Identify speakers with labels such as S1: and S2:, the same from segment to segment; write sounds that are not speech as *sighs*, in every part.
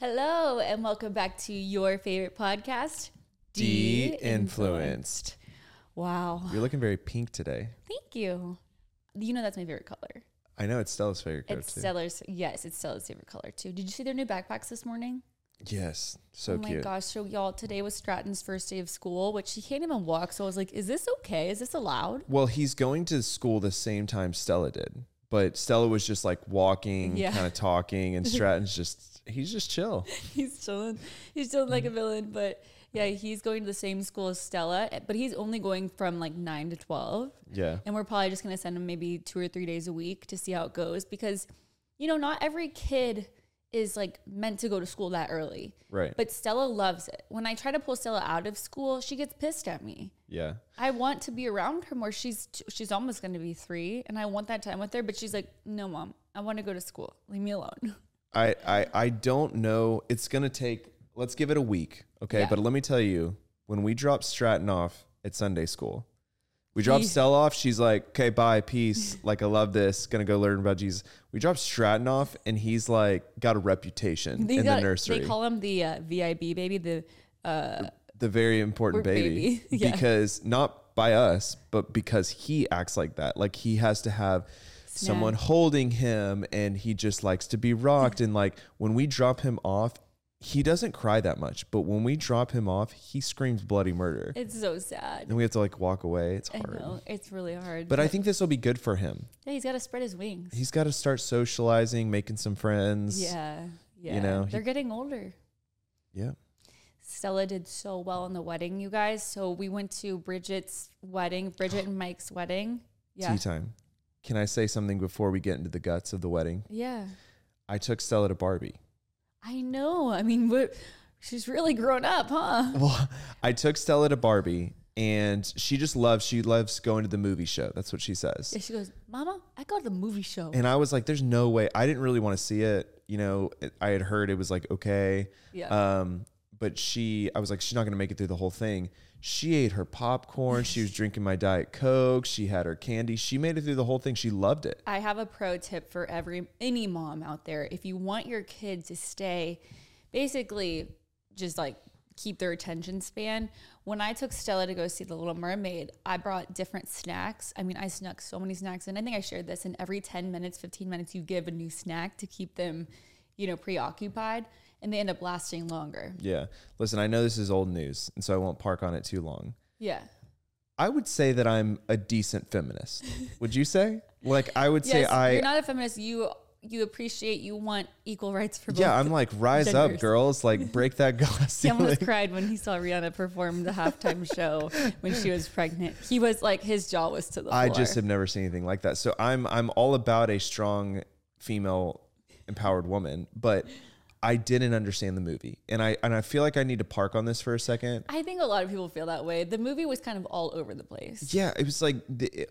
S1: Hello, and welcome back to your favorite podcast,
S2: De-influenced.
S1: Wow.
S2: You're looking very pink today.
S1: Thank you. You know, that's my favorite color.
S2: I know it's Stella's favorite coat
S1: It's
S2: too.
S1: Stella's, yes, it's Stella's favorite color too. Did you see their new backpacks this morning?
S2: yes, so
S1: oh my
S2: cute.
S1: gosh. So, y'all, today was Stratton's first day of school, which he can't even walk. So, I was like, is this okay? Is this allowed? *laughs*
S2: Well, he's going to school the same time Stella did, but Stella was just like walking,
S1: Yeah.
S2: kind of
S1: *laughs*
S2: talking, and Stratton's just he's just chill.
S1: he's chilling. He's chilling like a
S2: Mm.
S1: villain. But yeah, he's going to the same school as Stella, but he's only going from like nine to 12.
S2: Yeah,
S1: And we're probably just going to send him maybe two or three days a week to see how it goes because, you know, not every kid is like meant to go to school that early.
S2: right.
S1: But Stella loves it. When I try to pull Stella out of school, she gets pissed at me.
S2: yeah,
S1: I want to be around her more. She's t- she's almost going to be 3 and I want that time with her, but she's like, "No, mom. I want to go to school. Leave me alone." *laughs*
S2: I I I don't know. It's gonna take. Let's give it a week, okay?
S1: Yeah.
S2: But let me tell you, when we dropped Stratton off at Sunday school, we dropped Stella off. She's like, "Okay, bye,
S1: *laughs*
S2: peace. Like I love this. Gonna go learn about Jesus." We dropped Stratton off, and he's like got a reputation
S1: They
S2: in
S1: got-
S2: the nursery.
S1: They call him the uh, VIB baby, the
S2: the very important
S1: Or
S2: baby,
S1: baby, *laughs* yeah.
S2: because not by us but because he acts like that like he has to have someone holding him and he just likes to be rocked and like when we drop him off he doesn't cry that much but when we drop him off he screams bloody murder
S1: It's so sad.
S2: and we have to like walk away it's
S1: I
S2: hard
S1: know it's really hard.
S2: but i think this will be good for him
S1: yeah, he's got to spread his wings.
S2: he's got to start socializing making some friends
S1: Yeah, yeah.
S2: know, he-
S1: they're getting older.
S2: yeah
S1: Stella did so well in the wedding, you guys. So we went to Bridget's wedding, Bridget and Mike's wedding. Yeah,
S2: tea time can i say something before we get into the guts of the wedding
S1: yeah.
S2: i took stella to barbie
S1: I know. I mean, but she's really grown up,
S2: *laughs*
S1: huh?
S2: Well, I took Stella to Barbie and she just loves she loves going to the movie show. That's what
S1: *laughs*
S2: she says.
S1: And she goes, "Mama, I go to the movie show."
S2: And I was like there's no way. I didn't really want to see it. You know, it- I had heard it was like okay.
S1: Yeah.
S2: Um but she I was like she's not going to make it through the whole thing. She ate her popcorn, she
S1: *laughs*
S2: was drinking my diet coke, she had her candy. She made it through the whole thing. She loved it.
S1: I have a pro tip for every any mom out there. If you want your kid to stay basically just like keep their attention span, when I took Stella to go see The Little Mermaid, I brought different snacks. I mean, I snuck so many snacks and I think I shared this and every 10 minutes, 15 minutes you give a new snack to keep them, you know, preoccupied and they end up lasting longer.
S2: Yeah. Listen, I know this is old news, and so I won't park on it too long.
S1: Yeah.
S2: I would say that I'm a
S1: *laughs*
S2: decent feminist. would you say? Like I would say
S1: Yes,
S2: I
S1: you're not a feminist. You you appreciate you want equal rights for both.
S2: Yeah, I'm like, rise up,
S1: genders.
S2: girls!
S1: *laughs*
S2: Like, break that glass
S1: He almost
S2: ceiling.
S1: cried when he saw Rihanna perform the halftime show when she was pregnant. He was like, his jaw was to the floor.
S2: I just have never seen anything like that. So I'm I'm all about a strong female empowered woman, but I didn't understand the movie, and I and I feel like I need to park on this for a second.
S1: I think a lot of people feel that way. The movie was kind of all over the place.
S2: Yeah, it was like the.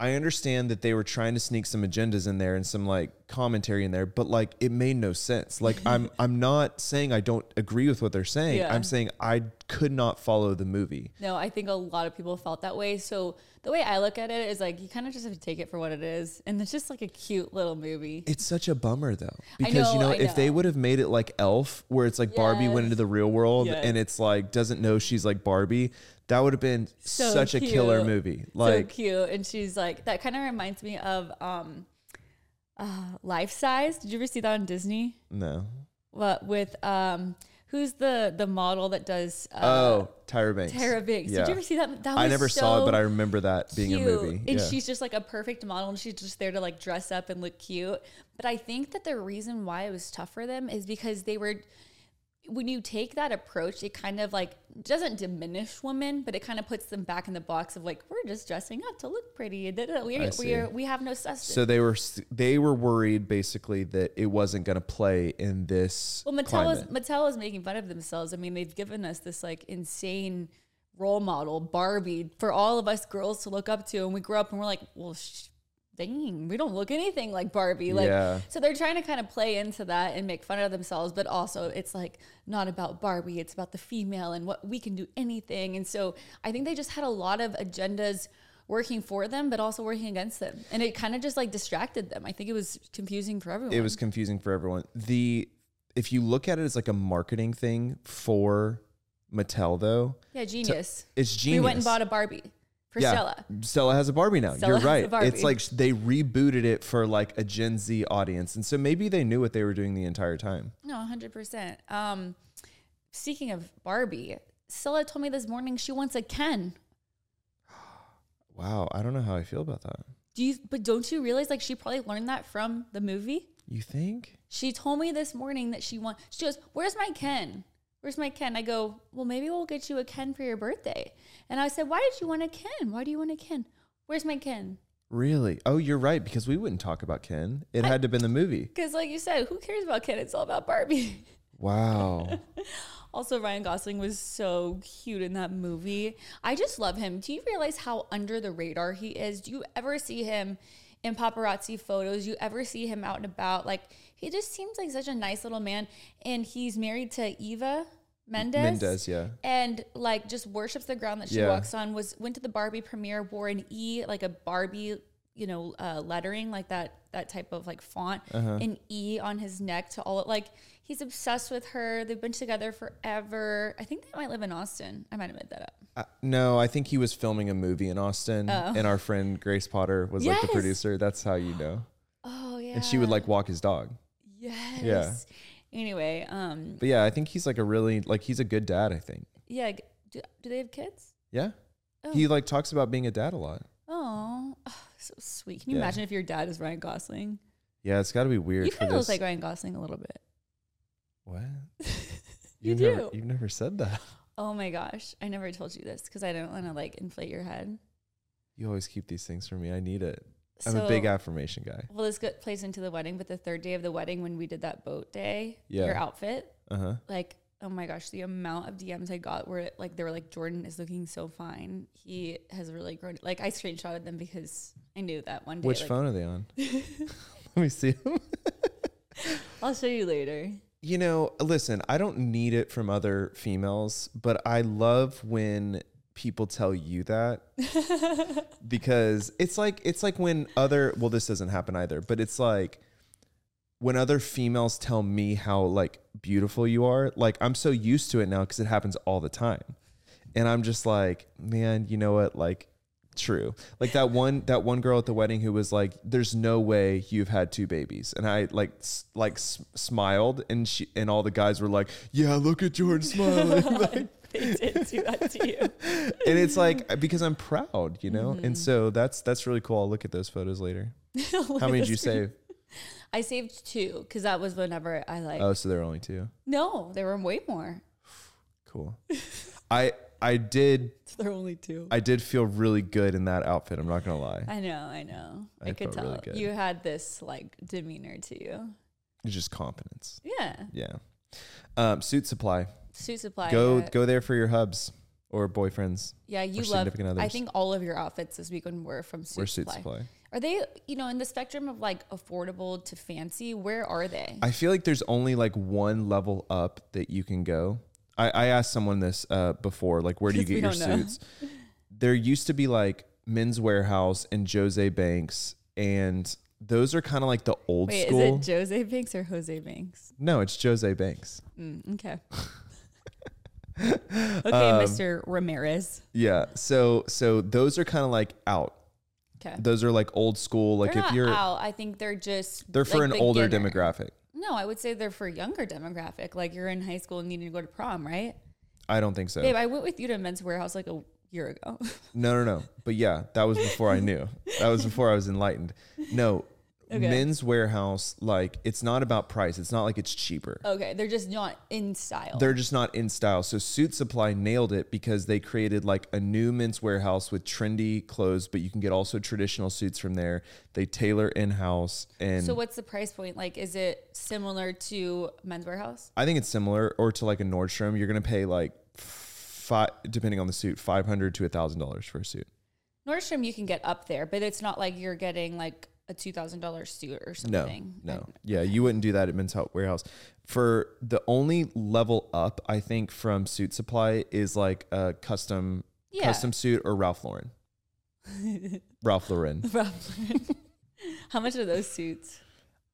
S2: I understand that they were trying to sneak some agendas in there and some like commentary in there, but like it made no sense. Like
S1: *laughs*
S2: I'm I'm not saying I don't agree with what they're saying.
S1: Yeah.
S2: I'm saying I could not follow the movie.
S1: No, I think a lot of people felt that way. So the way I look at it is like you kind of just have to take it for what it is, and it's just like a cute little movie.
S2: It's such a bummer though,
S1: I
S2: because you
S1: know,
S2: know
S1: I
S2: if they
S1: know.
S2: would have made it like Elf, where it's like Barbie
S1: Yes.
S2: went into the real world
S1: Yes.
S2: and it's like doesn't know she's like Barbie, that would have been
S1: So
S2: such a killer
S1: cute.
S2: movie.
S1: so
S2: Like
S1: cute, and she's like that. Kind of reminds me of um, uh, Life Size. Did you ever see that on Disney?
S2: no,
S1: What with um, who's the the model that does? Uh,
S2: oh Tyra Banks,
S1: Tara Banks.
S2: Yeah.
S1: Did you ever see that? That was
S2: I never saw it, but
S1: so
S2: I remember that being
S1: cute.
S2: a movie.
S1: And
S2: yeah.
S1: she's just like a perfect model, and she's just there to like dress up and look cute. But I think that the reason why it was tough for them is because they were. When you take that approach, it kind of like doesn't diminish women, but it kind of puts them back in the box of like we're just dressing up to look pretty. da, da, da. We we
S2: see.
S1: are, we have no sustenance.
S2: so they were s- they were worried basically that it wasn't going to play in this
S1: Well, Mattel is,
S2: climate.
S1: Mattel is making fun of themselves. I mean, they've given us this like insane role model, Barbie, for all of us girls to look up to. And we grew up and we're like, well, sh- dang, we don't look anything like Barbie. Like,
S2: Yeah.
S1: so they're trying to kind of play into that and make fun of themselves, but also it's like not about Barbie, it's about the female and what we can do anything. And so I think they just had a lot of agendas working for them, but also working against them. And it kind of just like distracted them. I think it was confusing for everyone.
S2: It was confusing for everyone. The if you look at it as like a marketing thing for Mattel though,
S1: yeah, genius.
S2: it's genius.
S1: We went and bought a Barbie for Stella.
S2: Stella has a Barbie now.
S1: Stella
S2: You're
S1: has a
S2: right.
S1: Barbie.
S2: It's like sh- they rebooted it for like a Gen Z audience. And so maybe they knew what they were doing the entire time.
S1: No, 100%. Um, speaking of Barbie, Stella told me this morning she wants a Ken.
S2: Wow, I don't know how I feel about that.
S1: Do you, but don't you realize like she probably learned that from the movie?
S2: You think?
S1: She told me this morning that she wants, she goes, Where's my Ken? Where's my Ken? I go, Well, maybe we'll get you a Ken for your birthday. And I said, Why did you want a Ken? Why do you want a Ken? Where's my Ken?
S2: Really? Oh, you're right because we wouldn't talk about Ken. It had to have been the movie.
S1: Because, like you said, who cares about Ken? It's all about Barbie. *laughs*
S2: Wow.
S1: Also, Ryan Gosling was so cute in that movie. I just love him. Do you realize how under the radar he is? Do you ever see him in paparazzi photos? You ever see him out and about? Like, he just seems like such a nice little man. And he's married to Eva Mendes.
S2: Mendez, yeah.
S1: And like just worships the ground that she
S2: Yeah.
S1: walks on. Was went to the Barbie premiere, wore an E, like a Barbie, you know, uh, lettering, like that that type of like font,
S2: Uh-huh.
S1: an E on his neck to all like he's obsessed with her. They've been together forever. I think they might live in Austin. I might have made that up.
S2: Uh, no, I think he was filming a movie in Austin and our friend Grace Potter was like the
S1: Oh. Yes.
S2: producer. That's how you know.
S1: Oh yeah.
S2: And she would like walk his dog.
S1: Yes.
S2: Yeah.
S1: Anyway, um,
S2: But yeah, I think he's like a really like he's a good dad, I think.
S1: yeah. g- Do, do they have kids?
S2: Yeah. He like talks about being a dad a lot.
S1: Oh, so sweet. Can you
S2: Yeah.
S1: imagine if your dad is Ryan Gosling?
S2: Yeah, it's got to be weird
S1: You
S2: for
S1: kind of
S2: this.
S1: look like Ryan Gosling a little bit.
S2: *laughs* what?
S1: *laughs* You
S2: have Never,
S1: do.
S2: you've never said that. *laughs*
S1: Oh my gosh, I never told you this because I don't want to like inflate your head.
S2: You always keep these things from me. I need it. I'm a big
S1: So-
S2: affirmation guy.
S1: Well, this go- plays into the wedding, but the third day of the wedding when we did that boat day,
S2: Yeah.
S1: your outfit,
S2: Uh huh.
S1: like oh my gosh, the amount of DMs I got where like they were like Jordan is looking so fine. He has really grown. Like I screenshotted them because I knew that one day.
S2: Which
S1: like,
S2: phone are
S1: *laughs*
S2: they on? *laughs* Let me see 'em.
S1: I'll show you later.
S2: *laughs*
S1: *laughs*
S2: You know, listen, I don't need it from other females, but I love when people tell you that because it's like it's like when other well this doesn't happen either, but it's like when other females tell me how like beautiful you are, like I'm so used to it now cuz it happens all the time. And I'm just like, man, you know what? Like true. Like that one that one girl at the wedding who was like, "There's no way you've had two babies," and I like s- like s- smiled, and she and all the guys were like, "Yeah, look at Jordan smiling," Like,
S1: They did do that to you.
S2: and it's like because I'm proud, you know. And so that's that's really cool. I'll look at those photos *laughs* later. *laughs* How many
S1: *laughs*
S2: did you save?
S1: I saved two because that was whenever I like.
S2: Oh, so there are only two.
S1: no, there were way more.
S2: *laughs* Cool. I I did
S1: There were only two.
S2: I did feel really good in that outfit. I'm not gonna lie.
S1: I know, I know. I,
S2: I
S1: could
S2: felt
S1: tell.
S2: really good.
S1: you had this like demeanor to you.
S2: It's just confidence.
S1: Yeah.
S2: Yeah. Um, suit supply.
S1: Suit supply.
S2: Go
S1: yeah.
S2: go there for your hubs or boyfriends.
S1: Yeah, you
S2: or
S1: love
S2: significant
S1: I
S2: others.
S1: think all of your outfits this week when we're from suit,
S2: Or suit
S1: supply.
S2: supply.
S1: Are they, you know, in the spectrum of like affordable to fancy, where are they?
S2: I feel like there's only like one level up that you can go. I, I asked someone this uh, before, like, where do you
S1: We
S2: get your
S1: don't know.
S2: suits? There used to be like Men's Warehouse and Jose Banks, and those are kind of like the old
S1: Wait,
S2: school.
S1: is it Jose Banks or Jose Banks?
S2: no, it's Jose Banks.
S1: Mm,
S2: *laughs*
S1: okay. okay,
S2: Um,
S1: Mr. Ramirez.
S2: Yeah. So so those are kind of like out.
S1: Okay.
S2: Those are like old school. Like
S1: they're
S2: if
S1: not
S2: you're,
S1: out. I think they're just
S2: they're for
S1: like,
S2: an older
S1: beginner.
S2: demographic.
S1: No, I would say they're for younger demographic. Like you're in high school and needing to go to prom, right?
S2: I don't think so.
S1: Babe, I went with you to Men's Warehouse like a year ago. *laughs*
S2: No, no, no. But yeah, that was before I knew. That was before I was enlightened. No, men's warehouse, like, it's not about price. It's not like it's cheaper.
S1: okay, they're just not in style.
S2: They're just not in style. So Suit Supply nailed it because they created like a new men's warehouse with trendy clothes, but you can get also traditional suits from there. They tailor in house. And
S1: so what's the price point? Like, is it similar to Men's Warehouse?
S2: I think it's similar or to like a Nordstrom. You're going to pay like five, depending on the suit, 500 to $1,000 for a suit.
S1: Nordstrom, you can get up there, but it's not like you're getting like a two thousand dollar suit or
S2: No,
S1: something.
S2: no, yeah, you wouldn't do that at Men's Health Warehouse. For the only level up, I think from suit supply is like a custom
S1: Yeah. *laughs*
S2: *laughs* custom suit or Ralph Lauren. Ralph Lauren.
S1: *laughs* How much are those suits?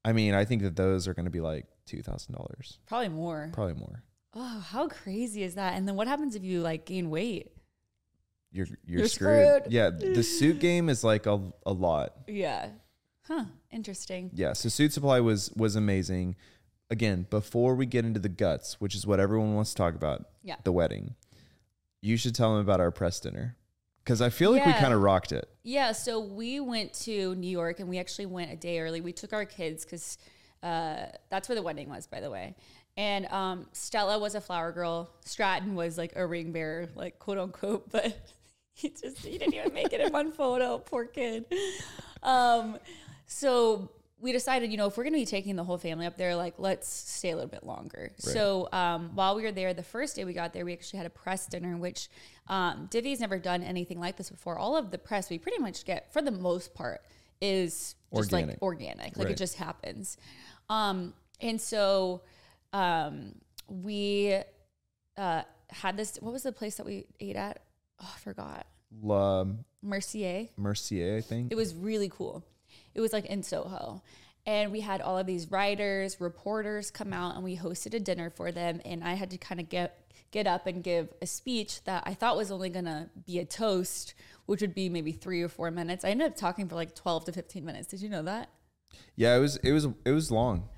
S2: I mean, I think that those are going to be like two thousand dollars,
S1: Probably more.
S2: probably more.
S1: Oh, how crazy is that? And then what happens if you like gain weight?
S2: You're you're,
S1: You're
S2: screwed.
S1: screwed.
S2: Yeah, the suit game is like a a lot.
S1: Yeah. Huh. Interesting.
S2: Yeah, so Suit Supply was was amazing. Again, before we get into the guts, which is what everyone wants to talk about,
S1: Yeah.
S2: the wedding, you should tell them about our press dinner because I feel like we
S1: Yeah.
S2: kind of rocked it.
S1: Yeah. So we went to New York and we actually went a day early. We took our kids because uh, that's where the wedding was, by the way. And um, Stella was a flower girl. Stratton was like a ring bearer, like quote unquote, *laughs* but he just he didn't even make it in one photo. Poor kid. Um, so we decided, you know, if we're going to be taking the whole family up there, like let's stay a little bit longer. So um, while we were there, the first day we got there, we actually had a press dinner, which um, Divvy's never done anything like this before. All of the press we pretty much get, for the most part, is just like
S2: Organic.
S1: organic, like
S2: Right.
S1: it just happens. Um, and so um, we uh, had this. What was the place that we ate at? Oh, I forgot.
S2: La
S1: Mercier.
S2: Mercier, I think.
S1: It was really cool. It was like in Soho. And we had all of these writers, reporters come out and we hosted a dinner for them. And I had to kind of get get up and give a speech that I thought was only gonna be a toast, which would be maybe three or four minutes. I ended up talking for like twelve to fifteen minutes. Did you know that?
S2: yeah, it was it was it was long.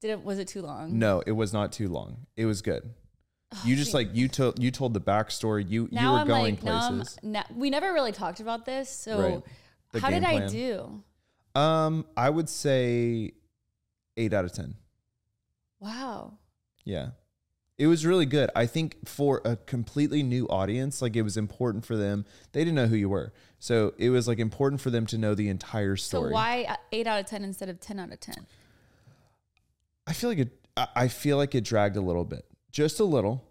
S1: Did it was it too long?
S2: No, it was not too long. It was good. You just like you told you told the backstory. You you
S1: Oh, Now
S2: were
S1: I'm
S2: going
S1: like, now I'm,
S2: places.
S1: now, we never really talked about this. So
S2: Right. The
S1: how did
S2: game
S1: I
S2: plan.
S1: do?
S2: Um, I would say eight out of ten.
S1: Wow.
S2: Yeah. It was really good. I think for a completely new audience, like it was important for them. They didn't know who you were. So it was like important for them to know the entire story.
S1: So why uh, eight out of ten instead of ten out of ten?
S2: I feel like it I I feel like it dragged a little bit. Just a little.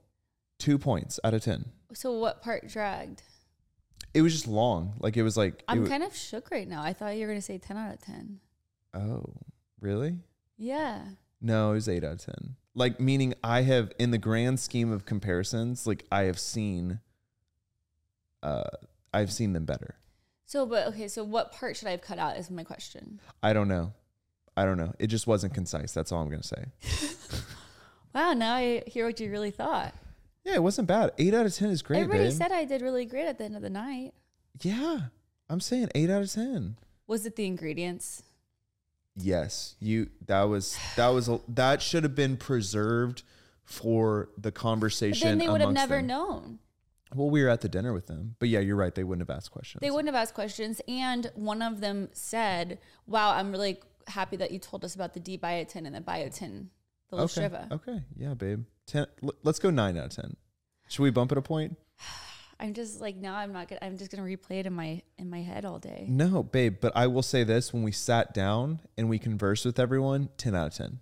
S2: Two points out of ten.
S1: So what part dragged?
S2: It was just long. Like it was like it
S1: I'm
S2: wa-
S1: kind of shook right now. I thought you were going to say 10 out of 10.
S2: Oh, really?
S1: Yeah.
S2: No, it was eight out of ten. Like meaning I have in the grand scheme of comparisons, like I have seen uh I've seen them better.
S1: So, but okay, so what part should I have cut out is my question.
S2: I don't know. I don't know. It just wasn't concise. That's all I'm gonna say.
S1: Wow, now I hear what you really thought.
S2: Yeah, it wasn't bad. Eight out of ten is great,
S1: Everybody
S2: babe.
S1: said I did really great at the end of the night.
S2: yeah, I'm saying eight out of ten.
S1: Was it the ingredients?
S2: Yes, you. That was that was a, that should have been preserved for the
S1: But
S2: conversation.
S1: then they would have
S2: amongst
S1: never
S2: them.
S1: known.
S2: Well, we were at the dinner with them, but yeah, you're right. They wouldn't have asked questions.
S1: They wouldn't have asked questions. And one of them said, Wow, I'm really happy that you told us about the D biotin and the biotin, the
S2: okay.
S1: Shiva.
S2: Okay. Yeah, babe. Ten. l- let's go nine out of ten. Should we bump it a point?
S1: I'm just like, now I'm not gonna, I'm just gonna replay it in my, in my head all day.
S2: No, babe. But I will say this: when we sat down and we conversed with everyone, ten out of ten,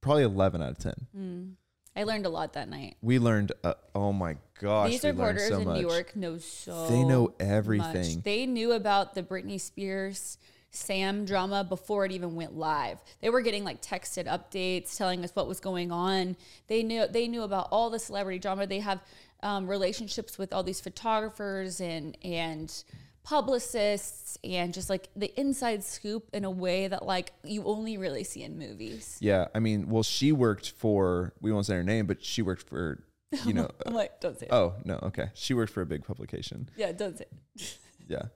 S2: probably eleven out of ten.
S1: Mm. I learned a lot that night.
S2: We learned. Uh, oh my gosh,
S1: These
S2: we learned
S1: reporters
S2: so
S1: in
S2: much.
S1: New York know so
S2: They know
S1: much.
S2: everything.
S1: They knew about the Britney Spears Sam drama before it even went live. They were getting like texted updates telling us what was going on. They knew they knew about all the celebrity drama. They have um, relationships with all these photographers and and publicists and just like the inside scoop in a way that like you only really see in movies.
S2: Yeah, I mean, well, she worked for we won't say her name, but she worked for you
S1: *laughs*
S2: know.
S1: I'm like, don't say it.
S2: oh no, okay, she worked for a big publication.
S1: Yeah, don't say it.
S2: Yeah,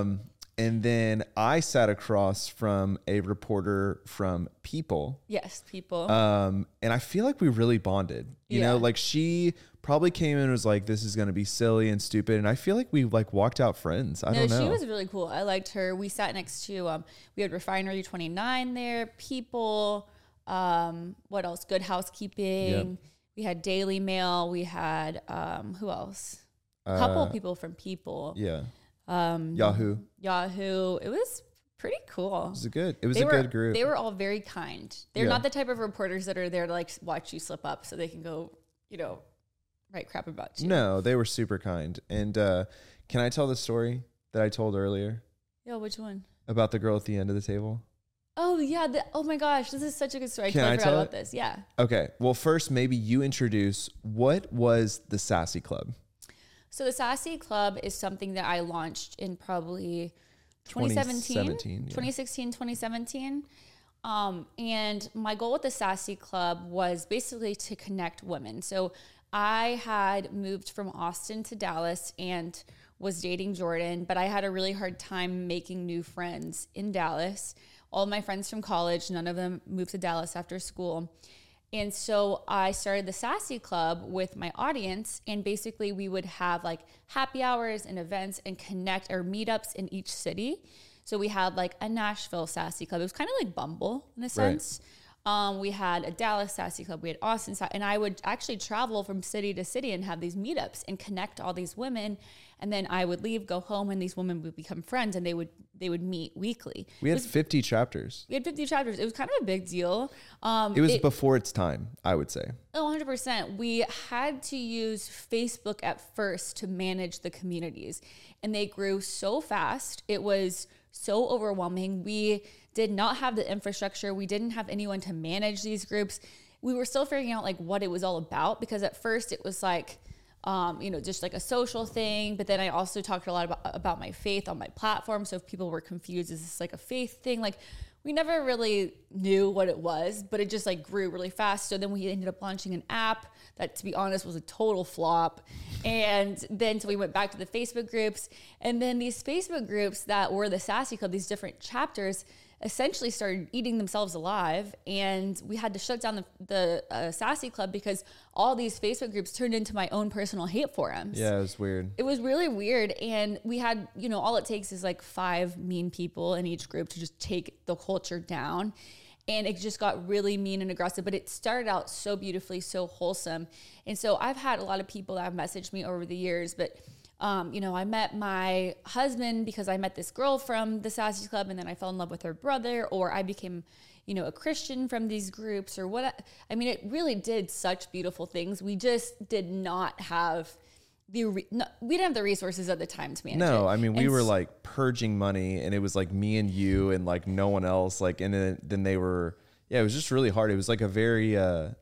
S2: um, and then I sat across from a reporter from People,
S1: *laughs* Yes, people.
S2: um, and I feel like we really bonded. You know,
S1: Yeah.
S2: like she probably came in and was like, "This is going to be silly and stupid," and I feel like we like walked out friends. I
S1: No,
S2: don't know.
S1: she was really cool. I liked her. We sat next to um we had Refinery 29 there, people, um what else? Good Housekeeping. We had Daily Mail, we had um who else? A couple
S2: Uh,
S1: people from People.
S2: yeah. Um, Yahoo. It
S1: Yahoo. It was pretty cool.
S2: was a good. It was
S1: They
S2: a
S1: were
S2: good group.
S1: they were all very kind. They're
S2: Yeah.
S1: not the type of reporters that are there to like watch you slip up so they can go, you know, write crap about you.
S2: No, they were super kind. And uh, can I tell the story that I told earlier
S1: Yo, which one?
S2: about the girl at the end of the table?
S1: Oh yeah, the, oh my gosh, this is such a good story. I
S2: Can
S1: totally
S2: I
S1: forgot
S2: tell
S1: about
S2: it?
S1: this. Yeah.
S2: Okay. Well, first, maybe you introduce what was the Sassy Club?
S1: So the Sassy Club is something that I launched in probably 2017,
S2: 2017, yeah.
S1: 2016, 2017. Um, and my goal with the Sassy Club was basically to connect women. So I had moved from Austin to Dallas and was dating Jordan, but I had a really hard time making new friends in Dallas. All my friends from college, none of them moved to Dallas after school. And so I started the Sassy Club with my audience, and basically we would have like happy hours and events and connect or meetups in each city. So we had like a Nashville Sassy Club. It was kind of like Bumble in a sense. Um, we had a Dallas Sassy Club. We had Austin, Sa- and I would actually travel from city to city and have these meetups and connect all these women. And then I would leave, go home, and these women would become friends, and they would they would meet weekly.
S2: We had 50 chapters.
S1: We had 50 chapters. It was kind of a big deal. Um,
S2: It was before its time, I would say.
S1: Oh, 100%. We had to use Facebook at first to manage the communities, and they grew so fast. It was so overwhelming. We did not have the infrastructure, we didn't have anyone to manage these groups. We were still figuring out like what it was all about because at first it was like, um, you know, just like a social thing. But then I also talked a lot about, about my faith on my platform. So if people were confused, is this like a faith thing? Like we never really knew what it was, but it just like grew really fast. So then we ended up launching an app that, to be honest, was a total flop. And then so we went back to the Facebook groups. And then these Facebook groups that were the Sassy Club, these different chapters, essentially started eating themselves alive and we had to shut down the, the uh, sassy club because all these facebook groups turned into my own personal hate forums
S2: Yeah, it was weird.
S1: it was really weird and we had you know all it takes is like five mean people in each group to just take the culture down and it just got really mean and aggressive but it started out so beautifully so wholesome and so i've had a lot of people that have messaged me over the years but um, you know i met my husband because i met this girl from the sassy club and then i fell in love with her brother or i became you know a christian from these groups or what i mean it really did such beautiful things we just did not have the re- no, we didn't have the resources at the time to manage.
S2: No,
S1: it.
S2: I mean we
S1: And
S2: were
S1: s-
S2: like purging money, and it was like me and you, and like no one else. Like, and then, then they were, yeah, it was just really hard. It was like a very, uh, it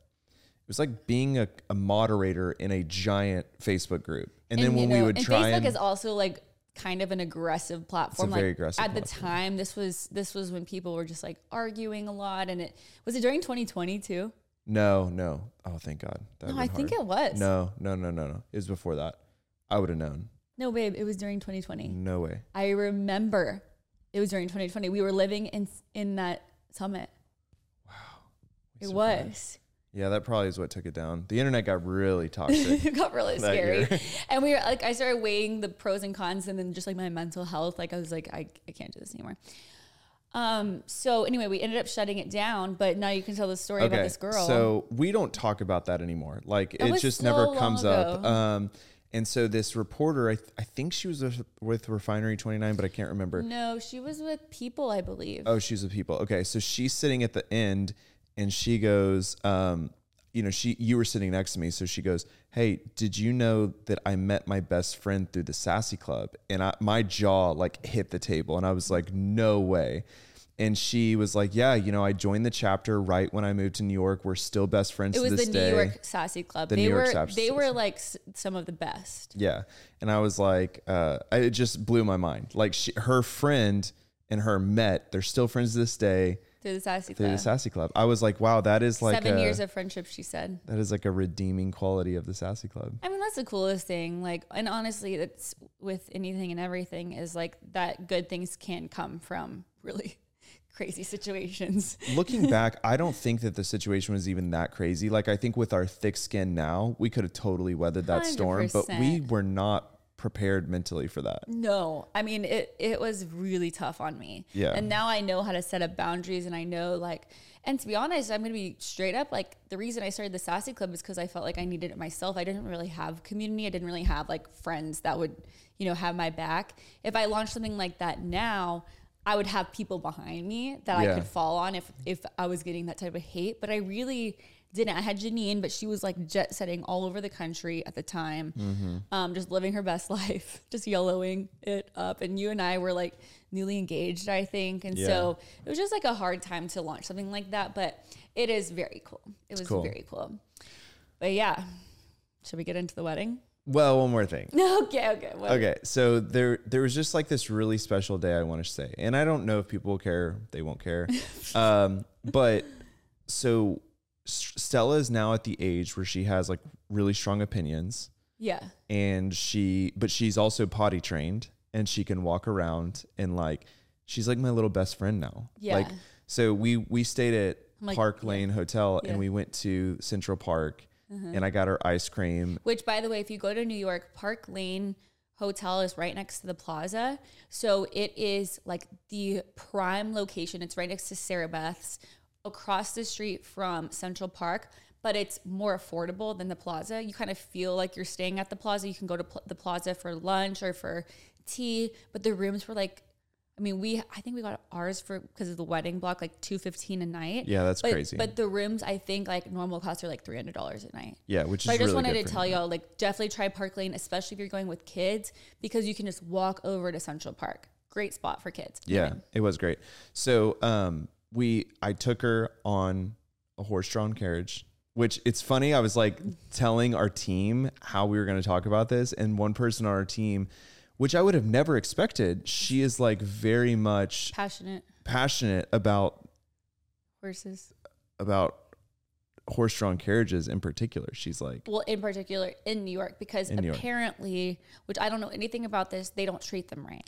S2: was like being a, a moderator in a giant Facebook group. And, then
S1: and, you
S2: when we
S1: know,
S2: would
S1: and
S2: try
S1: Facebook
S2: and
S1: is also like kind of an aggressive platform.
S2: very
S1: like
S2: aggressive
S1: at the
S2: platform.
S1: time, this was this was when people were just like arguing a lot, and it was it during 2020 too.
S2: no, no, oh thank God, that
S1: No, I think it was.
S2: no, no, no, no, no, it was before that. I would have known.
S1: No, babe, it was during 2020.
S2: No way.
S1: I remember it was during 2020. We were living in in that summit. Wow, it was.
S2: Yeah, that probably is what took it down. The internet got really
S1: *laughs*
S2: toxic.
S1: it got really
S2: That
S1: scary.
S2: year.
S1: *laughs* And we were like, I started weighing the pros and cons, and then just like my mental health, like I was like, I, I can't do this anymore. Um. So anyway, we ended up shutting it down, but now you can tell the story about this girl.
S2: So we don't talk about that anymore. Like it
S1: was
S2: just
S1: so
S2: never
S1: long
S2: comes up.
S1: ago.
S2: Um, and so this reporter, I, th- I think she was with- with Refinery 29, but I can't remember.
S1: no, she was with people, I believe.
S2: Oh, she's with people. Okay, so she's sitting at the end, and she goes, um, you know, she you were sitting next to me, so she goes, "Hey, did you know that I met my best friend through the Sassy Club?" And I, my jaw like hit the table, and I was like, "No way." And she was like, "Yeah, you know, I joined the chapter right when I moved to New York. We're still best friends
S1: it was
S2: to this
S1: the
S2: day."
S1: New York Sassy Club.
S2: The
S1: they
S2: New
S1: were
S2: York Sassy
S1: they were
S2: Club.
S1: like s- some of the best.
S2: Yeah. And I was like, uh, I- it just blew my mind. Like she, her friend and her met. They're still friends to this day
S1: Through the Sassy
S2: through
S1: Club.
S2: the Sassy Club. I was like, wow, that is like uh,
S1: Seven
S2: a,
S1: years of friendship, she said.
S2: that is like a redeeming quality of the Sassy Club.
S1: I mean, that's the coolest thing. Like, and honestly, that's with anything and everything is like that good things can come from really *laughs* crazy situations. *laughs*
S2: Looking back, I don't think that the situation was even that crazy. Like I think with our thick skin now, we could have totally weathered that storm, but we
S1: 100%.
S2: were not prepared mentally for that.
S1: No, I mean, it, it was really tough on me.
S2: Yeah.
S1: And now I know how to set up boundaries and I know like, and to be honest, I'm going to be straight up. Like the reason I started the Sassy Club is because I felt like I needed it myself. I didn't really have community. I didn't really have like friends that would, you know, have my back. If I launched something like that now, I would have people behind me that I
S2: Yeah.
S1: could fall on if if I was getting that type of hate. But I really didn't. I had Janine, but she was like jet setting all over the country at the time,
S2: Mm-hmm.
S1: um, just living her best *laughs* life, just yellowing it up. And you and I were like newly engaged, I think, and so it was just like a hard time to launch something like that. But it is very cool. It was
S2: cool.
S1: very cool. But yeah, should we get into the wedding? *laughs*
S2: Well, one more thing.
S1: Okay, okay. Well,
S2: Okay, so there there was just like this really special day I want to say, and I don't know if people care, they
S1: *laughs*
S2: won't care, um, but so S- Stella is now at the age where she has like really strong opinions,
S1: Yeah.
S2: and she but she's also potty trained, and she can walk around and like she's like my little best friend now.
S1: Yeah.
S2: Like so we we stayed at
S1: I'm like,
S2: Park Lane Hotel,
S1: Yeah. Mm-hmm.
S2: and we went to Central Park, and I got her ice cream.
S1: Which, by the way, if you go to New York, Park Lane Hotel is right next to the plaza. So it is like the prime location. It's right next to Sarah Beth's, across the street from Central Park, but it's more affordable than the plaza. You kind of feel like you're staying at the plaza. You can go to pl- the plaza for lunch or for tea, but the rooms were like, I mean, we I think we got ours for because of the wedding block like two fifteen a night.
S2: Yeah, that's
S1: But-
S2: crazy.
S1: But the rooms I think like normal costs are like three hundred dollars a night.
S2: Yeah, which is
S1: But I just
S2: really
S1: wanted
S2: good
S1: to
S2: for
S1: tell
S2: him.
S1: y'all, like, definitely try Park Lane, especially if you're going with kids, because you can just walk over to Central Park. Great spot for kids.
S2: Yeah, it was great. So um, we, I took her on a horse-drawn carriage, which it's funny. I was like telling our team how we were going to talk about this, and one person on our team, which I would have never expected, she is like very much
S1: Passionate
S2: passionate about
S1: horses.
S2: about horse-drawn carriages in particular. She's like,
S1: Well, in particular in New York, because
S2: In New York.
S1: apparently, which I don't know anything about this, they don't treat them right.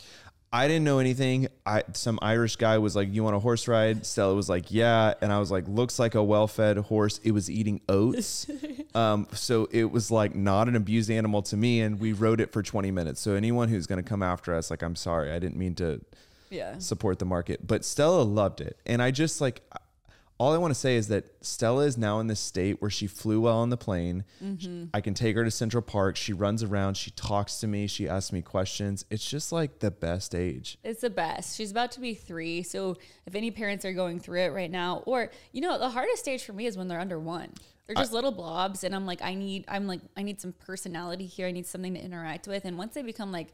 S2: I didn't know anything. I some Irish guy was like, "You want a horse ride?" Stella was like, "Yeah," and I was like, "Looks like a well-fed horse." It was eating oats, um, so it was like not an abused animal to me. And we rode it for 20 minutes. So anyone who's going to come after us, like, I'm sorry, I didn't mean to
S1: Yeah.
S2: support the market, but Stella loved it, and I just like. All I want to say is that Stella is now in this state where she flew well on the plane. I can take her to Central Park. She runs around. She talks to me. She asks me questions. It's just like the best age.
S1: It's the best. She's about to be three. So if any parents are going through it right now, or you know, the hardest stage for me is when they're under one. They're just little blobs, and I'm like, I need, I'm like, I need some personality here. I need something to interact with. And once they become like,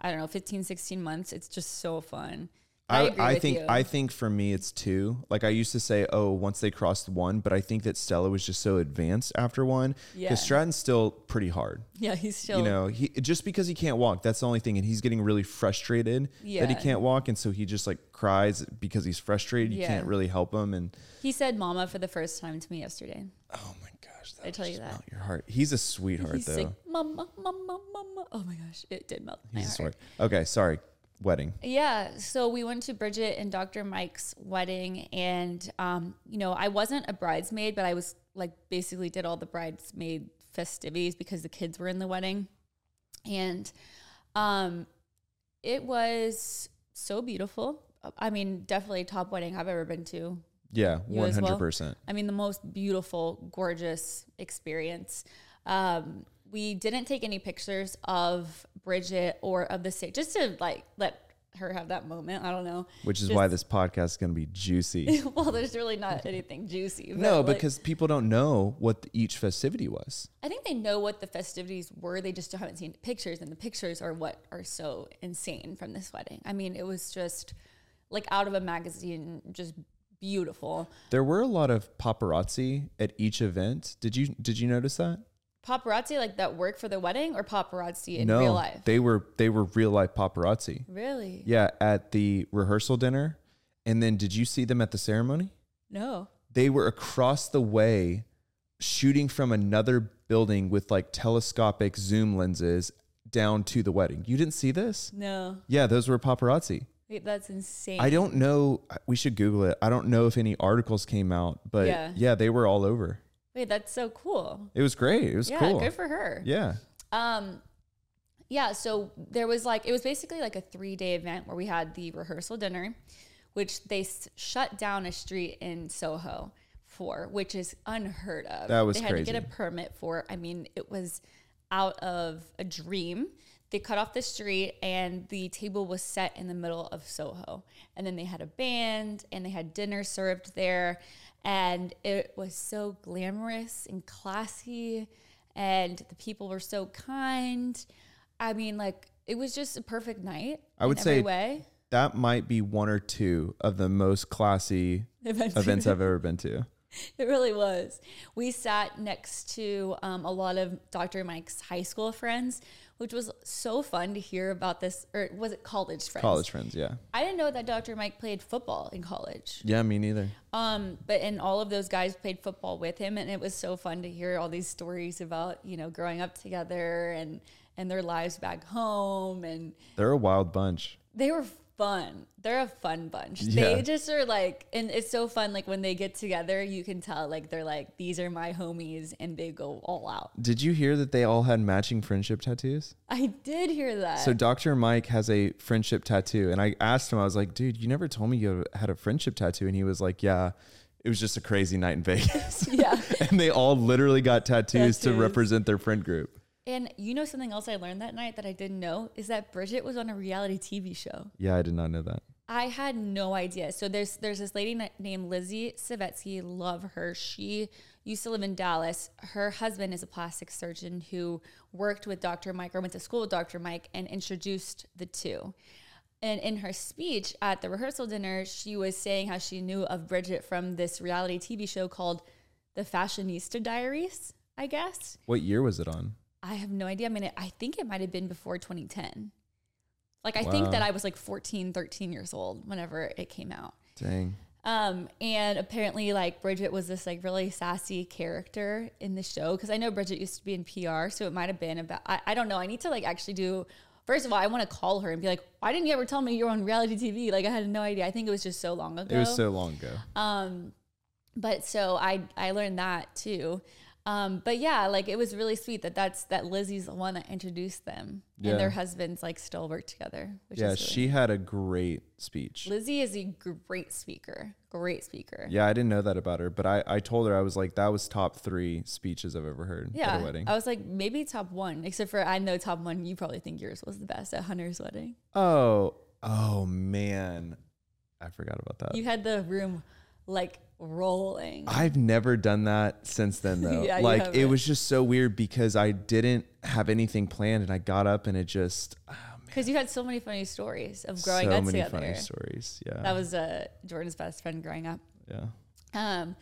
S1: I don't know, 15, 16 months, it's just so fun. I, agree with
S2: think
S1: you.
S2: I think for me it's two. Like I used to say, oh, once they crossed one, but I think that Stella was just so advanced after one.
S1: Yeah.
S2: Because Stratton's still pretty hard.
S1: *laughs* yeah, he's still,
S2: You know, he just because he can't walk, that's the only thing. And he's getting really frustrated that he
S1: Yeah.
S2: can't walk. And so he just like cries because he's frustrated. You
S1: Yeah.
S2: can't really help him. And
S1: he said "mama" for the first time to me yesterday.
S2: oh my gosh, that
S1: I tell
S2: was
S1: you
S2: just
S1: that.
S2: melt your heart. He's a sweetheart
S1: He's
S2: though.
S1: like, "mama, mama, mama." Oh my gosh, it did melt my
S2: he's a
S1: heart.
S2: sweetheart. Okay, sorry. Wedding.
S1: Yeah, so we went to Bridget and Dr. Mike's wedding, and um, you know, I wasn't a bridesmaid, but I was like basically did all the bridesmaid festivities because the kids were in the wedding, and um, it was so beautiful. I mean, definitely top wedding I've ever been to.
S2: Yeah,
S1: You
S2: one
S1: as well?
S2: hundred percent.
S1: I mean, the most beautiful, gorgeous experience. Um, we didn't take any pictures of Bridget or of the stage, just to like let her have that moment. I don't know.
S2: Which is
S1: Just-
S2: why this podcast is gonna be juicy.
S1: *laughs* well, there's really not anything juicy. but,
S2: No,
S1: like,
S2: because people don't know what each festivity was.
S1: I think they know what the festivities were. They just haven't seen pictures, and the pictures are what are so insane from this wedding. I mean, it was just like out of a magazine, just beautiful.
S2: There were a lot of paparazzi at each event. Did you did you notice that?
S1: Paparazzi like that work for the wedding, or paparazzi in real life.
S2: they were they were real life paparazzi.
S1: really?
S2: Yeah, at the rehearsal dinner, and then did you see them at the ceremony?
S1: No.
S2: They were across the way, shooting from another building with like telescopic zoom lenses down to the wedding. You didn't see this?
S1: No.
S2: Yeah, those were paparazzi.
S1: Wait, that's insane.
S2: I don't know. We should Google it. I don't know if any articles came out, but
S1: Yeah.
S2: yeah they were all over.
S1: Wait, that's so cool.
S2: It was great. It was
S1: yeah,
S2: cool.
S1: good for her.
S2: yeah.
S1: Um yeah, so there was like it was basically like a 3-day event where we had the rehearsal dinner, which they s- shut down a street in Soho for, which is unheard of.
S2: That was
S1: they had to get
S2: crazy.
S1: a permit for. I mean, it was out of a dream. They cut off the street and the table was set in the middle of Soho. And then they had a band and they had dinner served there. And it was so glamorous and classy. And the people were so kind. I mean, like, it was just a perfect night.
S2: I would
S1: in
S2: say-
S1: every way. *laughs* *laughs*
S2: That might be one or two of the most classy events I've ever been to.
S1: It really was. We sat next to um, a lot of Dr. Mike's high school friends, which was so fun to hear about this. Or was it college friends?
S2: College friends, yeah.
S1: I didn't know that Dr. Mike played football in college.
S2: Yeah, me neither.
S1: Um, but and all of those guys played football with him, and it was so fun to hear all these stories about you know growing up together and and their lives back home, and
S2: They're a wild bunch.
S1: they were fun. They're a fun bunch.
S2: Yeah.
S1: They just are like, and it's so fun. Like when they get together, you can tell like they're like these are my homies, and they go all out.
S2: Did you hear that they all had matching friendship tattoos?
S1: I did hear that. *laughs*
S2: So Dr. Mike has a friendship tattoo, and I asked him, I was like, "Dude, you never told me you had a friendship tattoo," and he was like, "Yeah." It was just a crazy night in Vegas. *laughs*
S1: yeah.
S2: and they all literally got tattoos to
S1: Tattoos.
S2: represent their friend group.
S1: And you know something else I learned that night that I didn't know is that Bridget was on a reality TV show.
S2: Yeah, I did not know that.
S1: I had no idea. So there's there's this lady na- named Lizzie Savetsky. Love her. She used to live in Dallas. Her husband is a plastic surgeon who worked with Dr. Mike or went to school with Dr. Mike and introduced the two. And in her speech at the rehearsal dinner, she was saying how she knew of Bridget from this reality TV show called The Fashionista Diaries, I guess.
S2: What year was it on?
S1: I have no idea. I mean, I think it might have been before 2010. Like, I think
S2: Wow.
S1: that I was like 14, 13 years old whenever it came out.
S2: Dang.
S1: Um, and apparently, like, Bridget was this like really sassy character in the show. Cause I know Bridget used to be in PR. So it might have been about, I, I don't know. I need to like actually do, first of all, I want to call her and be like, why didn't you ever tell me you were on reality TV? Like, I had no idea. I think it was just so long ago.
S2: It was so long ago.
S1: Um, but so I I learned that too. Um, but yeah, like it was really sweet that that's that Lizzie's the one that introduced them,
S2: Yeah.
S1: and their husbands like still work together. Which
S2: yeah,
S1: is really-
S2: she had a great speech.
S1: Lizzie is a great speaker, great speaker.
S2: Yeah, I didn't know that about her, but I, I told her I was like, that was top three speeches I've ever heard at a wedding.
S1: I was like maybe top one, except for I know top one. You probably think yours was the best at Hunter's wedding.
S2: oh, oh man. I forgot about that.
S1: You had the room like rolling.
S2: I've never done that since then though.
S1: *laughs* Yeah, you
S2: like it
S1: haven't.
S2: was just so weird because I didn't have anything planned and I got up and it just oh, man,
S1: because you had so many funny stories of growing
S2: so
S1: up
S2: many
S1: together.
S2: funny stories. Yeah.
S1: That was uh, Jordan's best friend growing up.
S2: yeah.
S1: Um,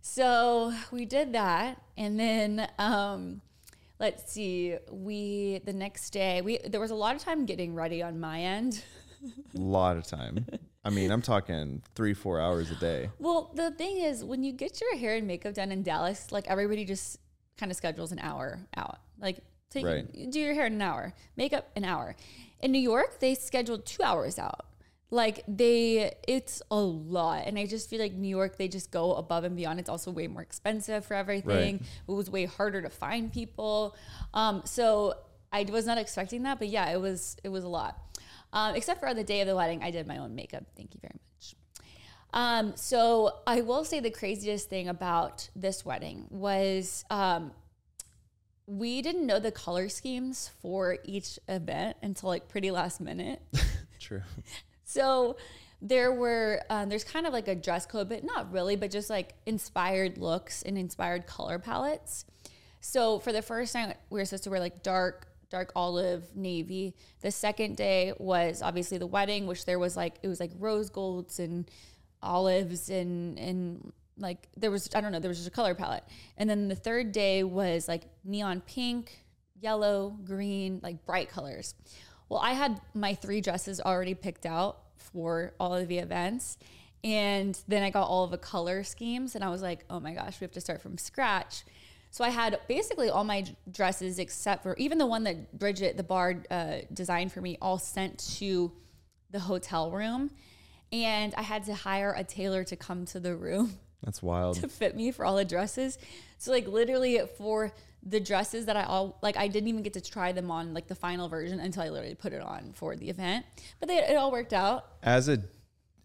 S1: so we did that, and then um, let's see. We the next day we there was a lot of time getting ready on my end. *laughs*
S2: A lot of time. I mean, I'm talking three, four hours a day.
S1: Well, the thing is, when you get your hair and makeup done in Dallas, like everybody just kind of schedules an hour out. Like, take,
S2: Right.
S1: do your hair in an hour, makeup an hour. In New York, they schedule two hours out. Like they, it's a lot, and I just feel like New York, they just go above and beyond. It's also way more expensive for everything. It was way harder to find people, um, so I was not expecting that. But yeah, it was it was a lot. Um, except for on the day of the wedding, I did my own makeup. Thank you very much. Um, so I will say the craziest thing about this wedding was um, we didn't know the color schemes for each event until like pretty last minute.
S2: True.
S1: So there were um, there's kind of like a dress code, but not really, but just like inspired looks and inspired color palettes. So for the first night, we were supposed to wear like dark, dark olive, navy. The second day was obviously the wedding, which there was like it was like rose golds and olives and and like there was I don't know there was just a color palette. And then the third day was like neon pink, yellow, green, like bright colors. Well, I had my three dresses already picked out for all of the events. And then I got all of the color schemes and I was like, oh my gosh, we have to start from scratch. So I had basically all my dresses except for even the one that Bridget, the bard, uh, designed for me, all sent to the hotel room. And I had to hire a tailor to come to the room *laughs*
S2: That's wild.
S1: to fit me for all the dresses. So like literally for the dresses that I all like I didn't even get to try them on like the final version until I literally put it on for the event. But they, it all worked out.
S2: As a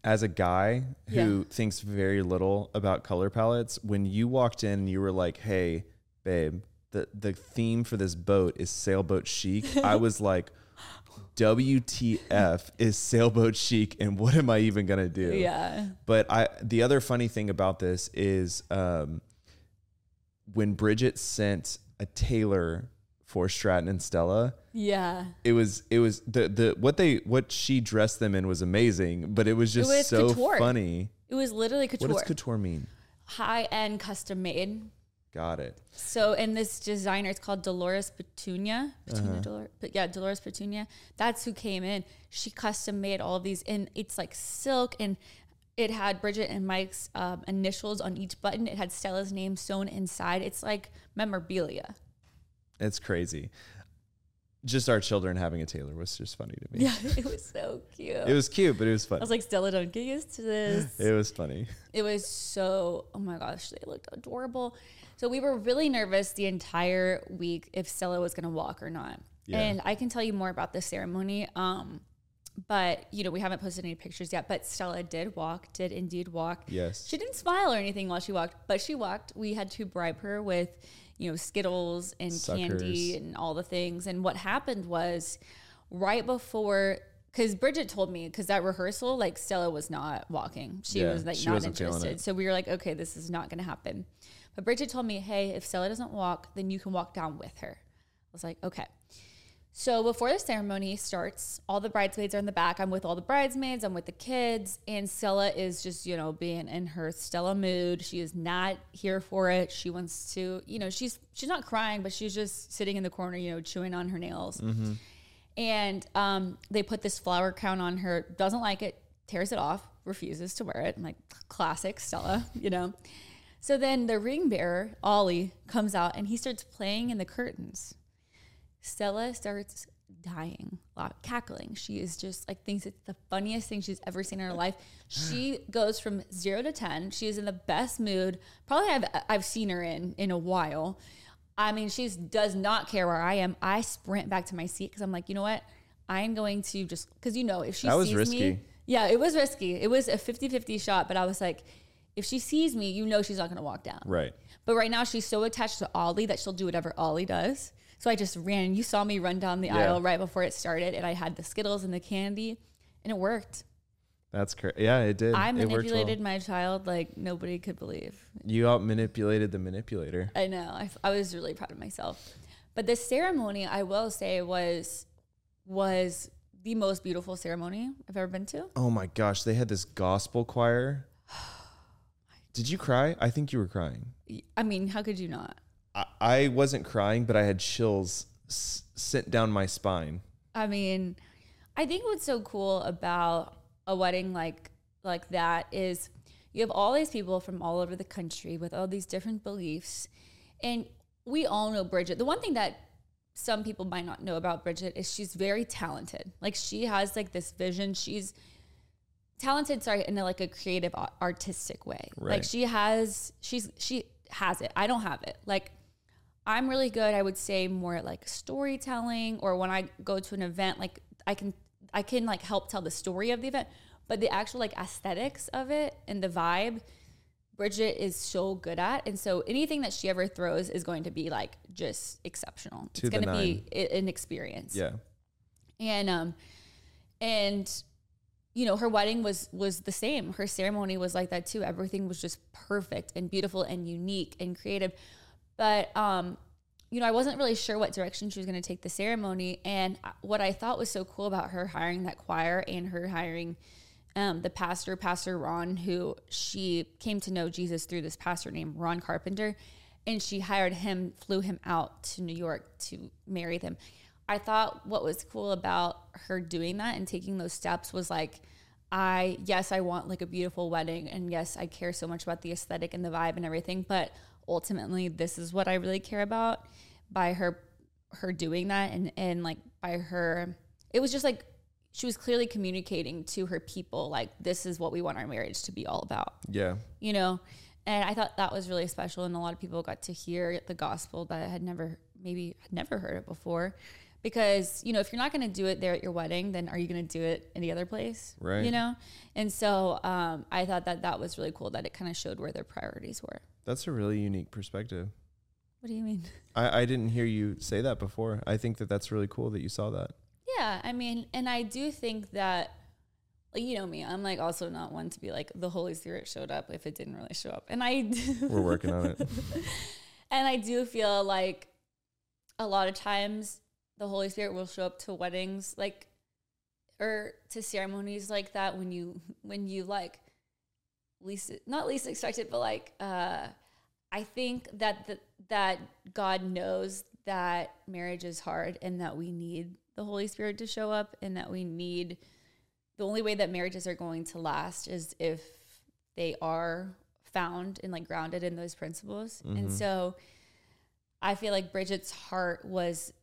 S2: as a guy who
S1: Yeah.
S2: thinks very little about color palettes, when you walked in and you were like, Hey, babe, the, the theme for this boat is sailboat chic, I was like WTF is sailboat chic and what am I even gonna do?
S1: Yeah.
S2: But I the other funny thing about this is um, when Bridget sent a tailor for Stratton and Stella,
S1: Yeah.
S2: it was it was the the what they what she dressed them in was amazing, but it was just
S1: was
S2: so
S1: couture.
S2: funny.
S1: It was literally couture.
S2: What does couture mean?
S1: high end custom made.
S2: Got it.
S1: So, and this designer, it's called Dolores Petunia. Petunia
S2: Uh-huh.
S1: Dolor- but yeah, Dolores Petunia. That's who came in. She custom made all of these, and it's like silk, and it had Bridget and Mike's um, initials on each button. It had Stella's name sewn inside. It's like memorabilia.
S2: It's crazy. Just our children having a tailor was just funny to
S1: *laughs*
S2: me.
S1: Yeah, it was so cute.
S2: It was cute, but it was
S1: I
S2: funny.
S1: was like, Stella, don't get used to this.
S2: it was funny.
S1: It was so, oh my gosh, they looked adorable. So we were really nervous the entire week if Stella was going to walk or not.
S2: Yeah.
S1: And I can tell you more about the ceremony. Um, but, you know, we haven't posted any pictures yet, but Stella did walk, did indeed walk.
S2: Yes.
S1: She didn't smile or anything while she walked, but she walked. We had to bribe her with, you know, Skittles and
S2: Suckers.
S1: candy and all the things. And what happened was right before, because Bridget told me, because that rehearsal, like Stella was not walking. She
S2: Yeah,
S1: was like
S2: she
S1: not
S2: wasn't feeling
S1: interested.
S2: it.
S1: So we were like, okay, this is not going to happen. But Bridget told me, hey, if Stella doesn't walk, then you can walk down with her. I was like, okay. So before the ceremony starts, all the bridesmaids are in the back. I'm with all the bridesmaids, I'm with the kids, and Stella is just, you know, being in her Stella mood. She is not here for it. She wants to, you know, she's she's not crying, but she's just sitting in the corner, you know, chewing on her nails. And um, they put this flower crown on her, doesn't like it, tears it off, refuses to wear it. I'm like, classic Stella, you know. So then the ring bearer, Ollie, comes out and he starts playing in the curtains. Stella starts dying, loud, cackling. She is just like thinks it's the funniest thing she's ever seen in her life.
S2: *sighs*
S1: She goes from zero to ten. She is in the best mood probably I've I've seen her in in a while. I mean, she does not care where I am. I sprint back to my seat because I'm like, you know what? I'm going to just because you know if she
S2: That was
S1: sees me,
S2: risky.
S1: yeah, it was risky. It was a 50-50 shot, but I was like, if she sees me, you know she's not going to walk down.
S2: Right.
S1: But right now she's so attached to Ollie that she'll do whatever Ollie does. So I just ran. You saw me run down the
S2: Yeah.
S1: aisle right before it started, and I had the Skittles and the candy, and it worked.
S2: That's crazy. Yeah, it did.
S1: I
S2: It worked well.
S1: manipulated my child like nobody could believe.
S2: You out manipulated the manipulator.
S1: I know. I, f- I was really proud of myself. But the ceremony, I will say, was was the most beautiful ceremony I've ever been to.
S2: Oh my gosh, they had this gospel choir. Did you cry? I think you were crying.
S1: I mean, how could you not?
S2: I, I wasn't crying, but I had chills s- sent down my spine.
S1: I mean, I think what's so cool about a wedding like like that is you have all these people from all over the country with all these different beliefs, and we all know Bridget. The one thing that some people might not know about Bridget is she's very talented. Like she has like this vision. She's talented, sorry, in a, like a creative, a- artistic way. Like
S2: Right.
S1: she has, she's she has it. I don't have it. Like I'm really good, I would say, more at like storytelling or when I go to an event, like I can I can like help tell the story of the event, but the actual like aesthetics of it and the vibe, Bridget is so good at. And so anything that she ever throws is going to be like just exceptional. it's
S2: To the
S1: going to be i- an experience.
S2: Yeah.
S1: And um and you know, her wedding was was the same. Her ceremony was like that too. Everything was just perfect and beautiful and unique and creative. But um you know, I wasn't really sure what direction she was going to take the ceremony. And I- what I thought was so cool about her hiring that choir and her hiring um, the pastor, Pastor Ron, who she came to know Jesus through this pastor named Ron Carpenter. And she hired him, flew him out to New York to marry them. I thought what was cool about her doing that and taking those steps was like, I, yes, I want like a beautiful wedding. And yes, I care so much about the aesthetic and the vibe and everything. But ultimately, this is what I really care about by her, her doing that. And, and like by her, it was just like, she was clearly communicating to her people, like, this is what we want our marriage to be all about,
S2: Yeah.
S1: you know? And I thought that was really special. And a lot of people got to hear the gospel that had never, maybe had never heard it before. Because, you know, if you're not going to do it there at your wedding, then are you going to do it any other place?
S2: Right.
S1: You know? And so um, I thought that that was really cool that it kind of showed where their priorities were.
S2: That's a really unique perspective.
S1: What do you mean?
S2: I, I didn't hear you say that before. I think that that's really cool that you saw that.
S1: Yeah, I mean, and I do think that like, you know me, I'm like also not one to be like the Holy Spirit showed up if it didn't really show up. And I
S2: We're working on it.
S1: and I do feel like a lot of times the Holy Spirit will show up to weddings like or to ceremonies like that when you when you like least not least expected, but like uh, I think that the, that God knows that marriage is hard and that we need the Holy Spirit to show up and that we need the only way that marriages are going to last is if they are found and like grounded in those principles. And so I feel like Bridget's heart was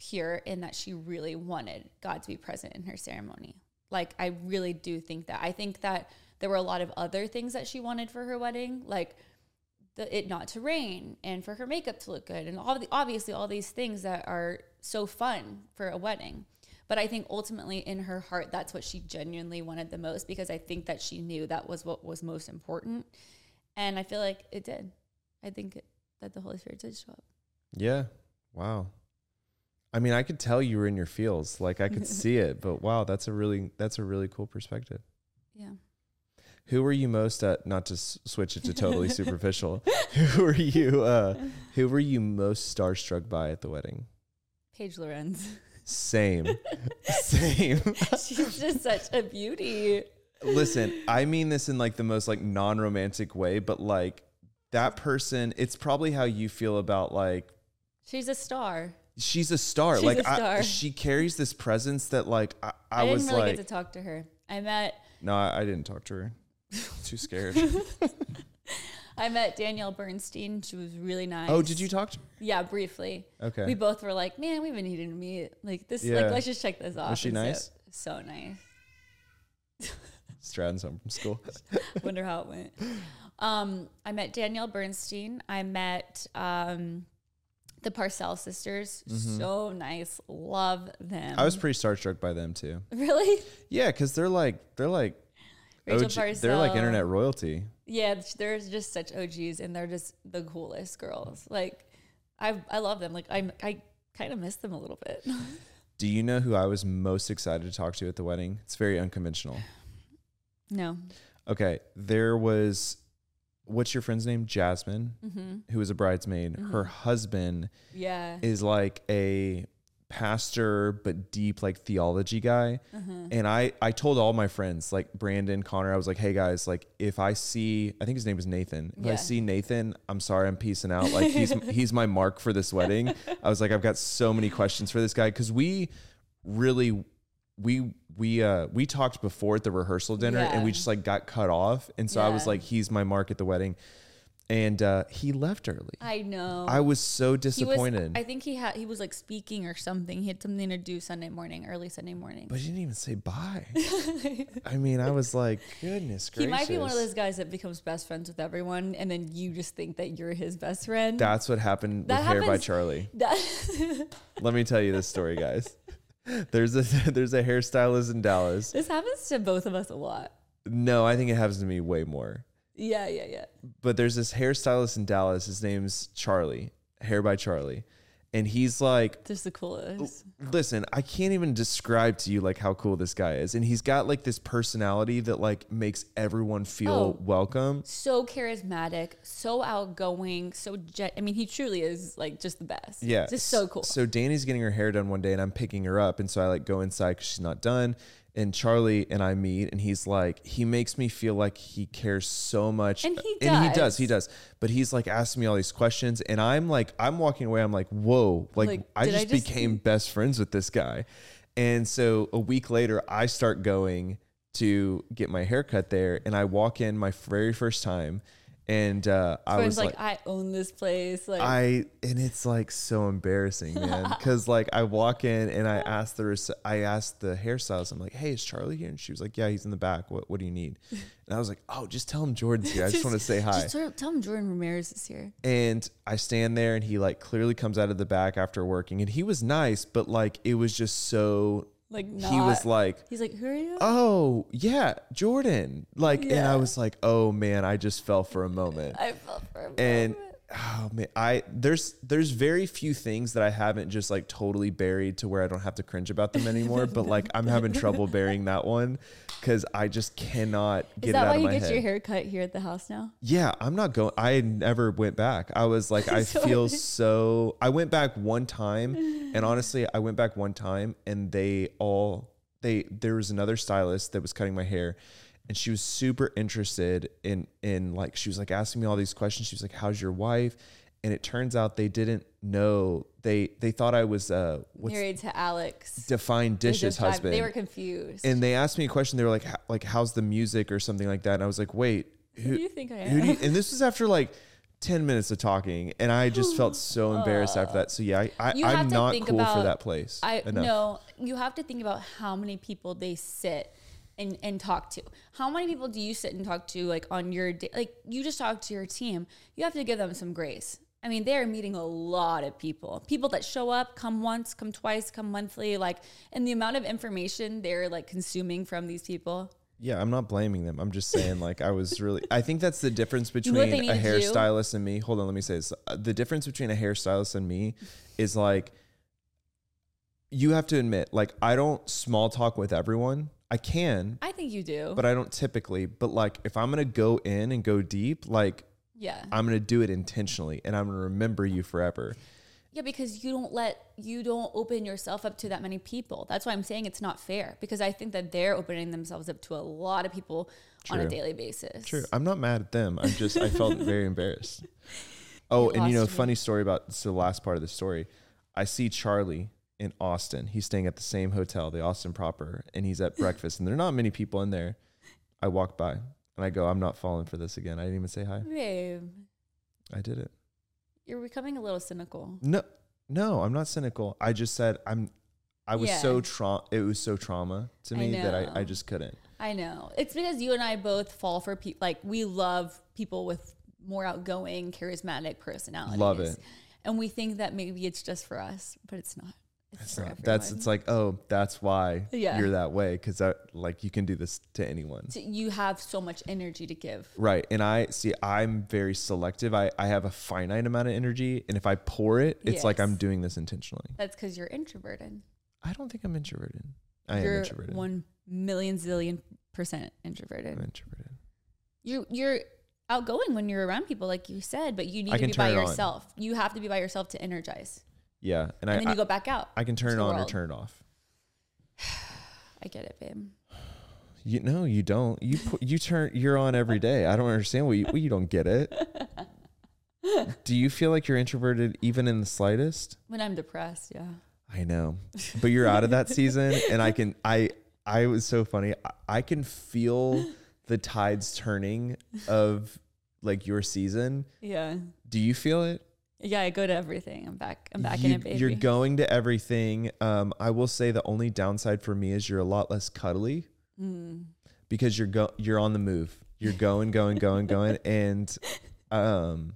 S1: pure in that she really wanted God to be present in her ceremony. Like, I really do think that. I think that there were a lot of other things that she wanted for her wedding, like the, it not to rain and for her makeup to look good, and all the obviously all these things that are so fun for a wedding. But I think ultimately in her heart, that's what she genuinely wanted the most because I think that she knew that was what was most important. And I feel like it did. I think it, that the Holy Spirit did show up.
S2: Yeah. Wow. I mean, I could tell you were in your feels. Like I could see it, but wow, that's a really that's a really cool perspective.
S1: Yeah.
S2: Who were you most at not to s- switch it to
S1: *laughs*
S2: totally superficial. Who were you uh who were you most starstruck by at the wedding?
S1: Paige Lorenz. *laughs*
S2: Same. Same. *laughs*
S1: She's just such a beauty.
S2: Listen, I mean this in like the most like non-romantic way, but like that person, it's probably how you feel about like
S1: She's a star.
S2: she's a star.
S1: She's
S2: like
S1: a
S2: I,
S1: star.
S2: she carries this presence that like I, I,
S1: I, didn't
S2: was
S1: really
S2: like
S1: get to talk to her. I met
S2: No, I, I didn't talk
S1: *laughs*
S2: to her. Too scared.
S1: I met Danielle Bernstein. She was really nice.
S2: oh, did you talk to her?
S1: Yeah, briefly.
S2: Okay.
S1: We both were like, man, we've been needing to meet. Like this.
S2: Yeah.
S1: Like let's just check this off.
S2: she
S1: And so-
S2: nice?
S1: So, nice.
S2: Stratton's home
S1: *laughs*
S2: from school.
S1: Wonder how it
S2: *laughs*
S1: went. Um, I met Danielle Bernstein. I met um, the Parcell sisters. So nice. Love them.
S2: Mm-hmm. I was pretty starstruck by them too.
S1: *laughs* really.
S2: Yeah, because they're like they're like
S1: Rachel
S2: OG they're like
S1: Parcell.
S2: internet royalty.
S1: Yeah, th- they're just such OGs, and they're just the coolest girls. Like, I I love them. Like, I I kind of miss them a little bit. *laughs*
S2: Do you know who I was most excited to talk to at the wedding? It's very unconventional.
S1: no,
S2: Okay, there was what's your friend's name? Jasmine, who was a bridesmaid. Her husband
S1: yeah,
S2: is like a pastor but deep like theology guy
S1: Uh-huh.
S2: and i i told all my friends like brandon connor i was like hey guys like if i see i think his name is nathan if i
S1: Yeah.
S2: see nathan i'm sorry i'm peacing out
S1: *laughs*
S2: like he's he's my mark for this wedding i was like i've got so many questions for this guy because we really we we uh we talked before at the rehearsal dinner and
S1: Yeah.
S2: we just like got cut off and so i was
S1: Yeah.
S2: like he's my mark at the wedding and uh he left early
S1: I know.
S2: i was so
S1: he was.
S2: disappointed
S1: I think he had he was like speaking or something. He had something to do Sunday morning, early Sunday morning.
S2: But you didn't even
S1: *laughs*
S2: say bye. I mean, I was like, goodness gracious.
S1: he might be one of those guys that becomes best friends with everyone, and then you just think that you're his best friend.
S2: That's what happened
S1: That
S2: with Hair by
S1: happens-
S2: Charlie.
S1: *laughs* That- *laughs*
S2: Let me tell you this story, guys. *laughs* There's a *laughs* there's a hairstylist in Dallas.
S1: this happens to both of us a lot.
S2: No, I think it happens to me way more.
S1: Yeah, yeah, yeah.
S2: But there's this hairstylist in Dallas. His name's Charlie, Hair by Charlie, and he's like
S1: Just the coolest.
S2: listen, I can't even describe to you like how cool this guy is. And he's got like this personality that like makes everyone feel
S1: Oh.
S2: welcome.
S1: so charismatic, so outgoing, so gen- I mean, he truly is like just the best.
S2: Yeah.
S1: just so cool.
S2: So Danny's getting her hair done one day and I'm picking her up. And so I like go inside because she's not done. And Charlie and I meet and he's like, he makes me feel like he cares so much.
S1: And he
S2: he does,
S1: does.
S2: he does. But he's like asking me all these questions. And I'm like, I'm walking away. I'm like, whoa, like,
S1: Like,
S2: I,
S1: did
S2: just
S1: I just- *laughs*
S2: became best friends with this guy. And so a week later, I start going to get my hair cut there. And I walk in my very first time. And uh, I
S1: Friends
S2: was
S1: like, I own this place. Like,
S2: I and it's like so embarrassing,
S1: *laughs*
S2: man. Because like I walk in and I ask the rece- I asked the hairstylist, I'm like, "Hey, is Charlie here?" And she was like, "Yeah, he's in the back. What What do you need?" And I was like, "Oh, just tell him Jordan's here. I just want to say hi."
S1: Just tell, tell him Jordan Ramirez is here.
S2: And I stand there, and he like clearly comes out of the back after working, and he was nice, but like it was just so.
S1: Like,
S2: he
S1: not-
S2: was like,
S1: He's like, who are you?
S2: "Oh yeah, Jordan." Like, and
S1: Yeah.
S2: I was like, "Oh man, I just fell for a moment."
S1: I felt for him.
S2: and oh man, I there's there's very few things that I haven't just like totally buried to where I don't have to cringe about them anymore. but like I'm having trouble burying that one because I just cannot
S1: *laughs*
S2: get
S1: is
S2: it out
S1: that why
S2: of
S1: you
S2: my
S1: get
S2: head.
S1: your hair cut here at the house now?
S2: Yeah, I'm not going. I never went back. I was like,
S1: *laughs*
S2: I
S1: So-
S2: feel so. I went back one time, and honestly, I went back one time, and they all they there was another stylist that was cutting my hair, and she was super interested in in like she was like asking me all these questions. She was like, "How's your wife?" And it turns out they didn't know they they thought I was uh what's
S1: Married to Alex.
S2: defined
S1: They
S2: dishes
S1: just got-
S2: husband.
S1: They were confused.
S2: and they asked me a question. They were like, "H- like how's the music or something like that? And I was like, wait,
S1: who
S2: who,
S1: do you think I
S2: who
S1: am?
S2: do you, and this was after like 10 minutes of talking and I
S1: *sighs*
S2: just felt so embarrassed after that. So yeah, I, I,
S1: You have
S2: I'm
S1: to
S2: not
S1: think
S2: cool for
S1: about-
S2: that place.
S1: I
S2: enough.
S1: no. You have to think about how many people they sit and and talk to. How many people do you sit and talk to like on your day? Like you just talk to your team. You have to give them some grace. I mean, they are meeting a lot of people. People that show up, come once, come twice, come monthly. Like, and the amount of information they're like consuming from these people.
S2: Yeah, I'm not blaming them. I'm just saying, like, I was really. I think that's the difference
S1: know what
S2: between
S1: they
S2: a
S1: need to do?
S2: hairstylist and me. Hold on, let me say this. Uh, The difference between a hairstylist and me is like, you have to admit, like, I don't small talk with everyone. I can,
S1: I think you do.
S2: but I don't typically. But like, if I'm gonna go in and go deep, like,
S1: yeah.
S2: I'm gonna do it intentionally, and I'm gonna remember you forever.
S1: Yeah, because you don't let you don't open yourself up to that many people. That's why I'm saying it's not fair because I think that they're opening themselves up to a lot of people on
S2: True.
S1: a daily basis.
S2: True. I'm not mad at them. I'm just
S1: *laughs*
S2: I felt very embarrassed. Oh, and you know,
S1: lost me.
S2: funny story about so the last part of the story. I see Charlie in Austin. He's staying at the same hotel, the Austin proper, and he's at breakfast. And there are not many people in there. I walk by and I go, I'm not falling for this again. I didn't even say hi.
S1: Babe,
S2: I did it.
S1: you're becoming a little cynical.
S2: No, no, I'm not cynical. I just said I'm. I was
S1: Yeah.
S2: so trauma. It was so trauma to
S1: I
S2: me that I, I
S1: know.
S2: just couldn't.
S1: I know. It's because you and I both fall for people like we love people with more outgoing, charismatic personalities.
S2: Love it.
S1: And we think that maybe it's just for us, but it's not. It's, for everyone.
S2: That's it's like oh that's why
S1: Yeah.
S2: you're that way because that like you can do this to anyone.
S1: So you have so much energy to give.
S2: Right. And I see I'm very selective. I, I have a finite amount of energy. And if I pour it, it's like I'm
S1: Yes.
S2: doing this intentionally.
S1: That's because you're introverted.
S2: I don't think I'm introverted. I
S1: you're
S2: am introverted.
S1: one million zillion percent introverted.
S2: I'm introverted.
S1: you you're outgoing when you're around people like you said but you need to
S2: I can
S1: be by
S2: turn it on.
S1: yourself you have to be by yourself to energize
S2: Yeah. And,
S1: and then
S2: I,
S1: you go back out
S2: I, I can
S1: to
S2: turn it
S1: the
S2: on
S1: world.
S2: or turn it off.
S1: i get it babe
S2: You no, you don't.
S1: *laughs*
S2: You pu- you turn you're on every day. I don't understand what you what you don't get
S1: *laughs*
S2: it. Do you feel like you're introverted even in the slightest?
S1: when i'm depressed yeah
S2: I know, but you're out of that season, and I can. I I was so funny. I, I can feel the tides turning of like your season.
S1: yeah
S2: Do you feel it?
S1: yeah i go to everything i'm back i'm back
S2: you,
S1: in it baby
S2: You're going to everything. Um, I will say the only downside for me is you're a lot less cuddly
S1: Mm.
S2: because you're go you're on the move. You're going, going, going, going, and um,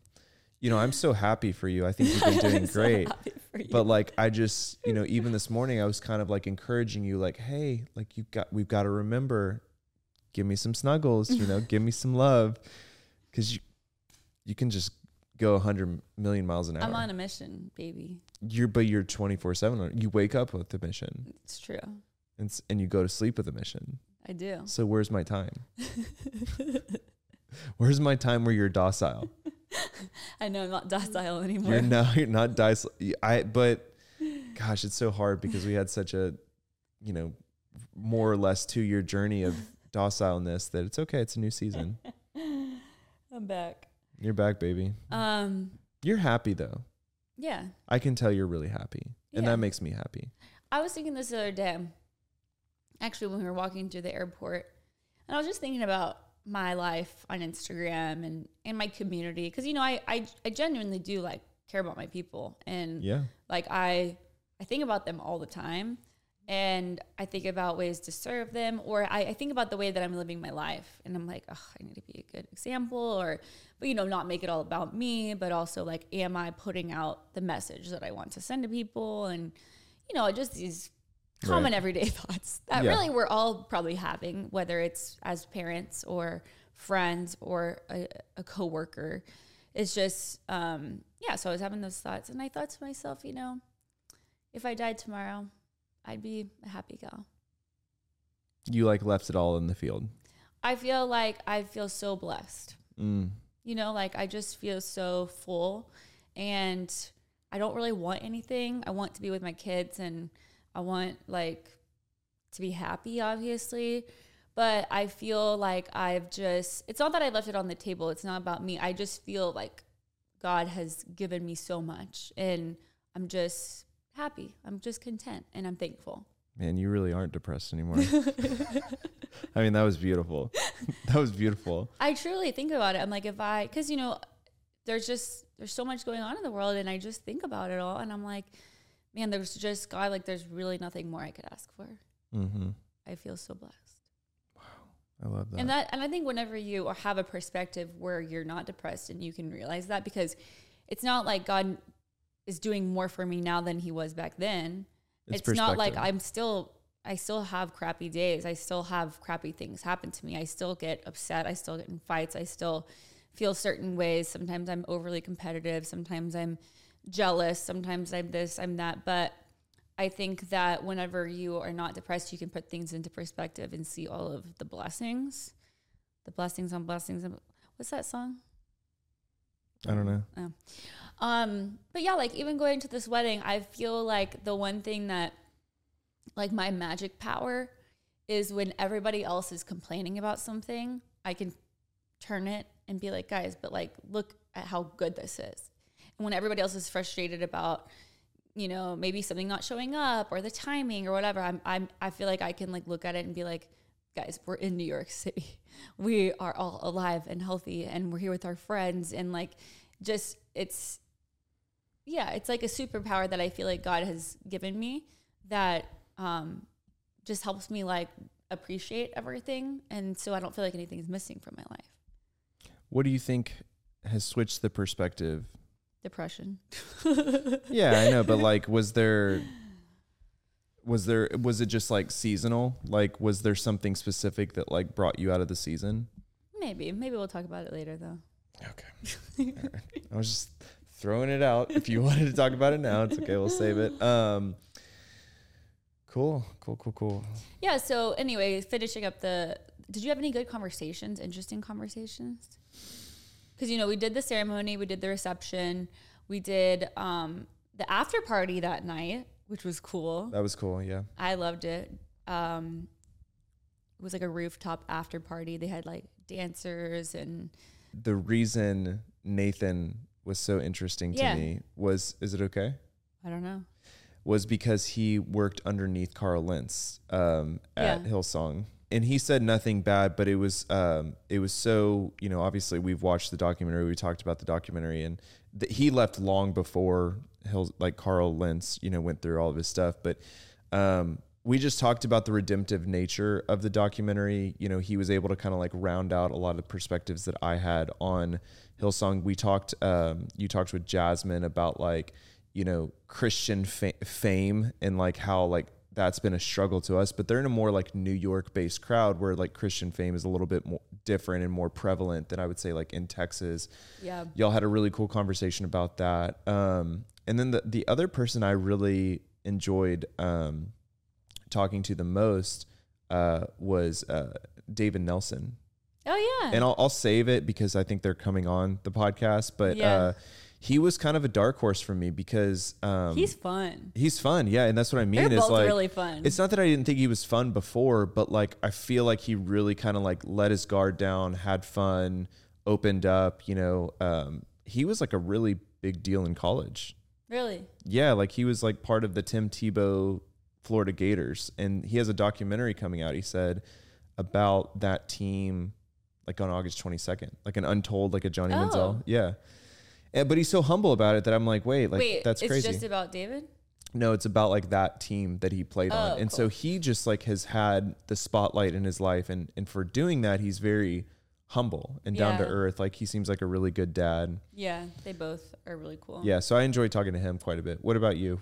S2: you know, I'm so happy for you. I
S1: *laughs*
S2: think you've been doing great.
S1: happy for you
S2: But like I just, you know, even this morning I was kind of like encouraging you, like, hey, like you got we've got to remember, give me some snuggles, you know, give me some love. Cause you you can just go hundred million miles an hour.
S1: i'm on a mission baby
S2: you're but you're twenty four seven. You wake up with a mission
S1: it's true
S2: and s- and you go to sleep with a mission.
S1: i do *laughs*
S2: So where's my time? Where's my time where you're docile?
S1: i know i'm not docile anymore
S2: You're not *laughs* you're not dice. I but gosh, it's so hard because we had such a you know more or less two year
S1: *laughs*
S2: journey of docileness that it's okay. It's a new season.
S1: *laughs* i'm back
S2: You're back, baby.
S1: um
S2: You're happy though.
S1: yeah
S2: I can tell you're really happy, and
S1: Yeah.
S2: that makes me happy.
S1: I was thinking this the other day, actually, when we were walking through the airport, and I was just thinking about my life on Instagram and, and my community. Cause you know, I, I, I genuinely do like care about my people and
S2: Yeah,
S1: like I, I think about them all the time and I think about ways to serve them or I, I think about the way that I'm living my life and I'm like, oh, I need to be a good example or, but you know, not make it all about me, but also like, am I putting out the message that I want to send to people? And, you know, just these common
S2: Right.
S1: everyday *laughs* thoughts that
S2: Yeah.
S1: Uh, really we're all probably having, whether it's as parents or friends or a, a coworker. It's just, um, yeah. So I was having those thoughts, and I thought to myself, you know, if I died tomorrow, I'd be a happy gal.
S2: you like left it all in the field.
S1: I feel like I feel so blessed.
S2: Mm.
S1: You know, like I just feel so full and I don't really want anything. I want to be with my kids and I want like to be happy obviously, But I feel like I've just, it's not that I left it on the table. It's not about me. I just feel like God has given me so much and I'm just happy. I'm just content and I'm thankful.
S2: Man, you really aren't depressed
S1: *laughs*
S2: anymore. I mean, that was beautiful. that was beautiful.
S1: I truly think about it. I'm like, if I, because you know, there's just there's so much going on in the world, and I just think about it all, and I'm like, man, there's just God. Like, there's really nothing more I could ask for.
S2: Mm-hmm.
S1: I feel so blessed,
S2: I love that.
S1: and that, and I think whenever you or have a perspective where you're not depressed, and you can realize that because it's not like God is doing more for me now than He was back then. it's not like
S2: perspective.
S1: I'm still I still have crappy days. I still have crappy things happen to me. I still get upset. I still get in fights. I still feel certain ways. Sometimes I'm overly competitive. Sometimes I'm jealous. Sometimes I'm this, I'm that. But I think that whenever you are not depressed, you can put things into perspective and see all of the blessings. The blessings on blessings. on- What's that song?
S2: I don't know.
S1: Um, but yeah, like even going to this wedding, I feel like the one thing that like my magic power is when everybody else is complaining about something, I can turn it and be like, guys, but like look at how good this is. And when everybody else is frustrated about, you know, maybe something not showing up or the timing or whatever, I'm I'm I feel like I can like look at it and be like, guys, we're in New York *laughs* City. We are all alive and healthy and we're here with our friends and like just it's yeah, it's like a superpower that I feel like God has given me that um just helps me like appreciate everything and so I don't feel like anything's missing from my life.
S2: What do you think has switched the perspective?
S1: Depression. *laughs*
S2: Yeah, I know, but like, was there, was there, was it just like seasonal? Like, was there something specific that like brought you out of the season?
S1: Maybe. Maybe we'll talk about it later though.
S2: Okay. All right. I was just throwing it out. If you *laughs* wanted to talk about it now, it's okay. We'll save it. Um, cool, cool, cool, cool.
S1: Yeah, so anyway, finishing up the did you have any good conversations, interesting conversations? Cuz you know, we did the ceremony, we did the reception, we did um the after party that night, which was cool.
S2: That was cool. Yeah.
S1: I loved it. Um it was like a rooftop after party. They had like dancers and
S2: The reason Nathan was so interesting to
S1: Yeah.
S2: me was, is it okay?
S1: I don't know.
S2: was because he worked underneath Carl Lentz um, at
S1: Yeah.
S2: Hillsong, and he said nothing bad, but it was um, it was so you know obviously we've watched the documentary, we talked about the documentary, and th- he left long before Hill like Carl Lentz you know went through all of his stuff, but um, we just talked about the redemptive nature of the documentary. You know, he was able to kind of like round out a lot of the perspectives that I had on Hillsong. We talked, um, you talked with Jasmine about like, you know, Christian fa- fame and like how like that's been a struggle to us, but they're in a more like New York based crowd where like Christian fame is a little bit more different and more prevalent than I would say like in Texas
S1: Yeah.
S2: y'all had a really cool conversation about that. Um, and then the, the other person I really enjoyed um, talking to the most uh, was uh, David Nelson.
S1: Oh yeah.
S2: And I'll, I'll save it because I think they're coming on the podcast. But
S1: Yeah.
S2: uh, he was kind of a dark horse for me because um,
S1: He's fun.
S2: he's fun. Yeah. And that's what I mean.
S1: They're
S2: is
S1: both
S2: like,
S1: really fun.
S2: it's not that I didn't think he was fun before, but like I feel like he really kind of like let his guard down, had fun, opened up. You know, um, he was like a really big deal in college.
S1: really.
S2: Yeah, like he was like part of the Tim Tebow Florida Gators, and he has a documentary coming out. He said about that team, like on August twenty second, like an untold, like a Johnny
S1: Oh.
S2: Manziel. Yeah, and, but he's so humble about it that I'm like, wait, like
S1: Wait,
S2: that's
S1: it's
S2: crazy.
S1: just about David?
S2: No, it's about like that team that he played on.
S1: Oh,
S2: And so
S1: cool.
S2: he just like has had the spotlight in his life and and for doing that he's very humble and down to
S1: Yeah.
S2: earth. Like he seems like a really good dad.
S1: Yeah, they both are really cool.
S2: Yeah, so I enjoy talking to him quite a bit. What about you?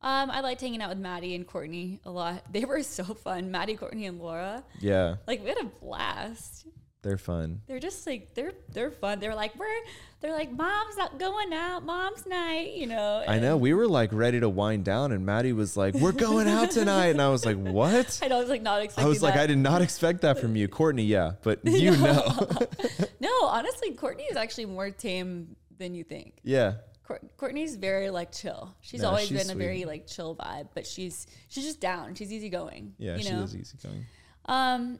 S1: Um, I liked hanging out with Maddie and Courtney a lot. *laughs* They were so fun. Maddie, Courtney, and Laura.
S2: Yeah,
S1: Like we had a blast.
S2: they're fun.
S1: They're just like they're they're fun. They're like we're they're like mom's not going out, mom's night, you know.
S2: I know we were like ready to wind down and Maddie was like, "We're going out tonight." And I was like, "What?"
S1: And *laughs* I was like not expecting.
S2: I was like,
S1: that.
S2: "I did not expect that from you, Courtney." Yeah,
S1: *laughs*
S2: but you know.
S1: No, honestly, Courtney is actually more tame than you think.
S2: Yeah.
S1: Cour- Courtney's very like chill. She's
S2: No,
S1: always
S2: she's
S1: been a very
S2: sweet.
S1: like chill vibe, but she's she's just down. She's easygoing.
S2: *laughs* Yeah,
S1: you
S2: she e-,
S1: know?
S2: was easygoing.
S1: Um,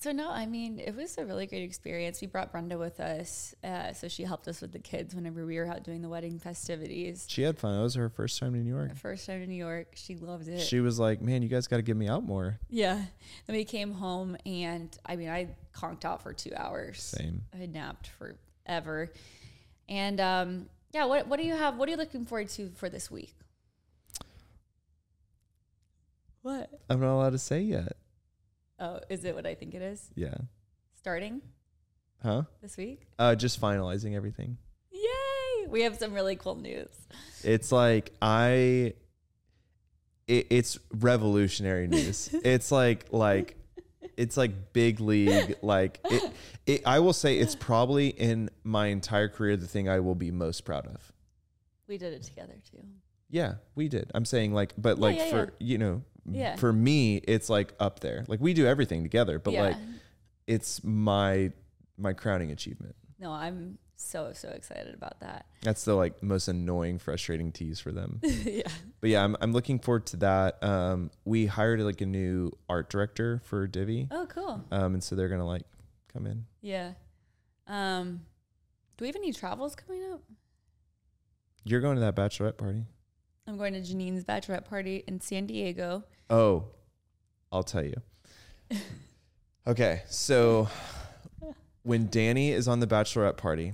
S1: So no, I mean it was a really great experience. We brought Brenda with us, uh, so she helped us with the kids whenever we were out doing the wedding festivities.
S2: She had fun. That was her first time to New York.
S1: First time to New York, she loved it.
S2: She was like, "Man, you guys got to give me out more."
S1: yeah. Then we came home, and I mean I conked out for two hours.
S2: Same.
S1: I napped forever, and um, yeah. What what do you have? What are you looking forward to for this week? What?
S2: I'm not allowed to say yet.
S1: Oh, is it what I think it is?
S2: Yeah.
S1: Starting
S2: Huh?
S1: this week?
S2: Uh, just finalizing everything.
S1: Yay! We have some really cool news.
S2: It's like I. It, it's
S1: *laughs*
S2: revolutionary news. it's like like, it's like big league. Like it, it. I will say it's probably in my entire career the thing I will be most proud of.
S1: We did it together too.
S2: Yeah, we did. I'm saying like, but
S1: Yeah,
S2: like
S1: yeah,
S2: for you know,
S1: Yeah.
S2: for me, it's like up there. Like we do everything together, but like it's my my crowning achievement.
S1: no, I'm so so excited about *laughs* that.
S2: That's the like most annoying, frustrating tease for them.
S1: yeah.
S2: but yeah, I'm I'm looking forward to that. Um, we hired like a new art director for Divi,
S1: Oh, cool.
S2: um, and so they're gonna like come in.
S1: Yeah. Um, do we have any travels coming up?
S2: You're going to that bachelorette party?
S1: I'm going to Janine's bachelorette party in San Diego.
S2: Oh, I'll tell you. Okay, so when Danny is on the bachelorette party,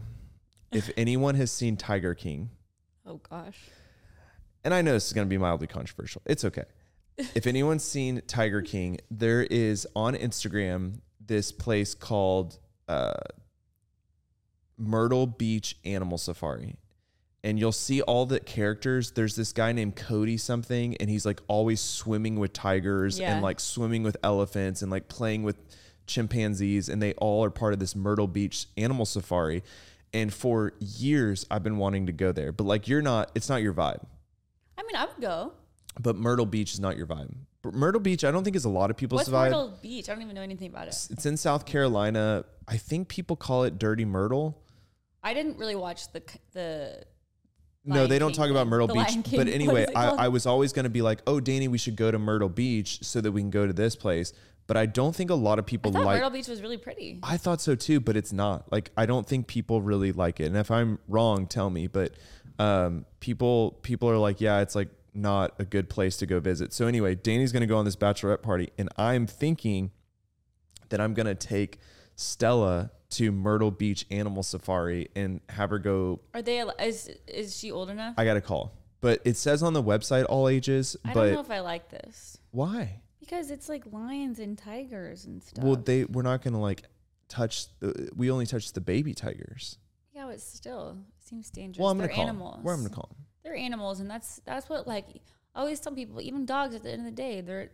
S2: if anyone has seen Tiger King,
S1: Oh gosh.
S2: and I know this is going to be mildly controversial. It's okay. If anyone's seen Tiger King, there is on Instagram this place called uh, Myrtle Beach Animal Safari. And you'll see all the characters. There's this guy named Cody something, and he's like always swimming with tigers
S1: Yeah.
S2: and like swimming with elephants and like playing with chimpanzees. And they all are part of this Myrtle Beach Animal Safari. And for years, I've been wanting to go there, but like you're not, it's not your vibe
S1: I mean, I would go.
S2: but Myrtle Beach is not your vibe. But Myrtle Beach, I don't think is a lot of people's
S1: What's
S2: vibe.
S1: Myrtle Beach? I don't even know anything about it.
S2: It's in South Carolina. I think people call it Dirty Myrtle.
S1: I didn't really watch the c- the.
S2: no,
S1: Lion
S2: they don't
S1: King
S2: talk about
S1: one.
S2: Myrtle
S1: The
S2: Beach.
S1: Lion King *laughs*
S2: But
S1: one,
S2: anyway,
S1: is it called?
S2: I, I was always going to be like, oh, Danny, we should go to Myrtle Beach so that we can go to this place. But I don't think a lot of
S1: I
S2: people
S1: thought
S2: like.
S1: Myrtle Beach was really pretty.
S2: I thought so too, but it's not. Like I don't think people really like it. And if I'm wrong, tell me. But um, people people are like, yeah, it's like not a good place to go visit. So anyway, Danny's gonna go on this bachelorette party, and I'm thinking that I'm gonna take Stella to Myrtle Beach Animal Safari and have her go.
S1: Are they? al- Is is she old enough?
S2: I got a call, but it says on the website all ages.
S1: I don't know
S2: But
S1: if I like this
S2: why?
S1: because it's like lions and tigers and stuff.
S2: Well, they we're not gonna like touch. The, we only touch the baby tigers.
S1: yeah, but still seems dangerous.
S2: Well, I'm
S1: They're
S2: gonna call. 'em.
S1: animals.
S2: Where I'm gonna call. 'em.
S1: They're animals, and that's that's what like I always tell people. Even dogs, at the end of the day, they're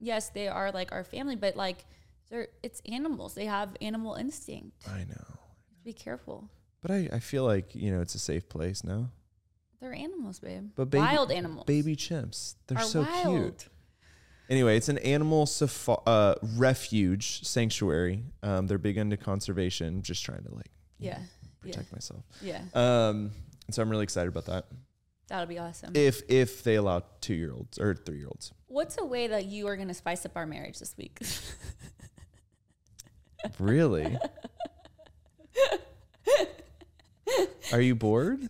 S1: yes, they are like our family, but like they're it's animals. They have animal instinct.
S2: I know.
S1: Be careful.
S2: But I, I feel like, you know, it's a safe place now.
S1: They're animals, babe.
S2: But baby-
S1: wild animals.
S2: Baby chimps. They're
S1: are
S2: so
S1: wild.
S2: cute. Anyway, it's an animal safa- uh, refuge sanctuary. Um, they're big into conservation. Just trying to like
S1: Yeah, yeah, Mm-hmm.
S2: protect myself.
S1: yeah.
S2: Um, and so I'm really excited about that.
S1: That'll be awesome.
S2: If if they allow two year olds or three year olds,
S1: What's a way that you are going to spice up our marriage this week? *laughs*
S2: really? Are
S1: *laughs*
S2: you bored?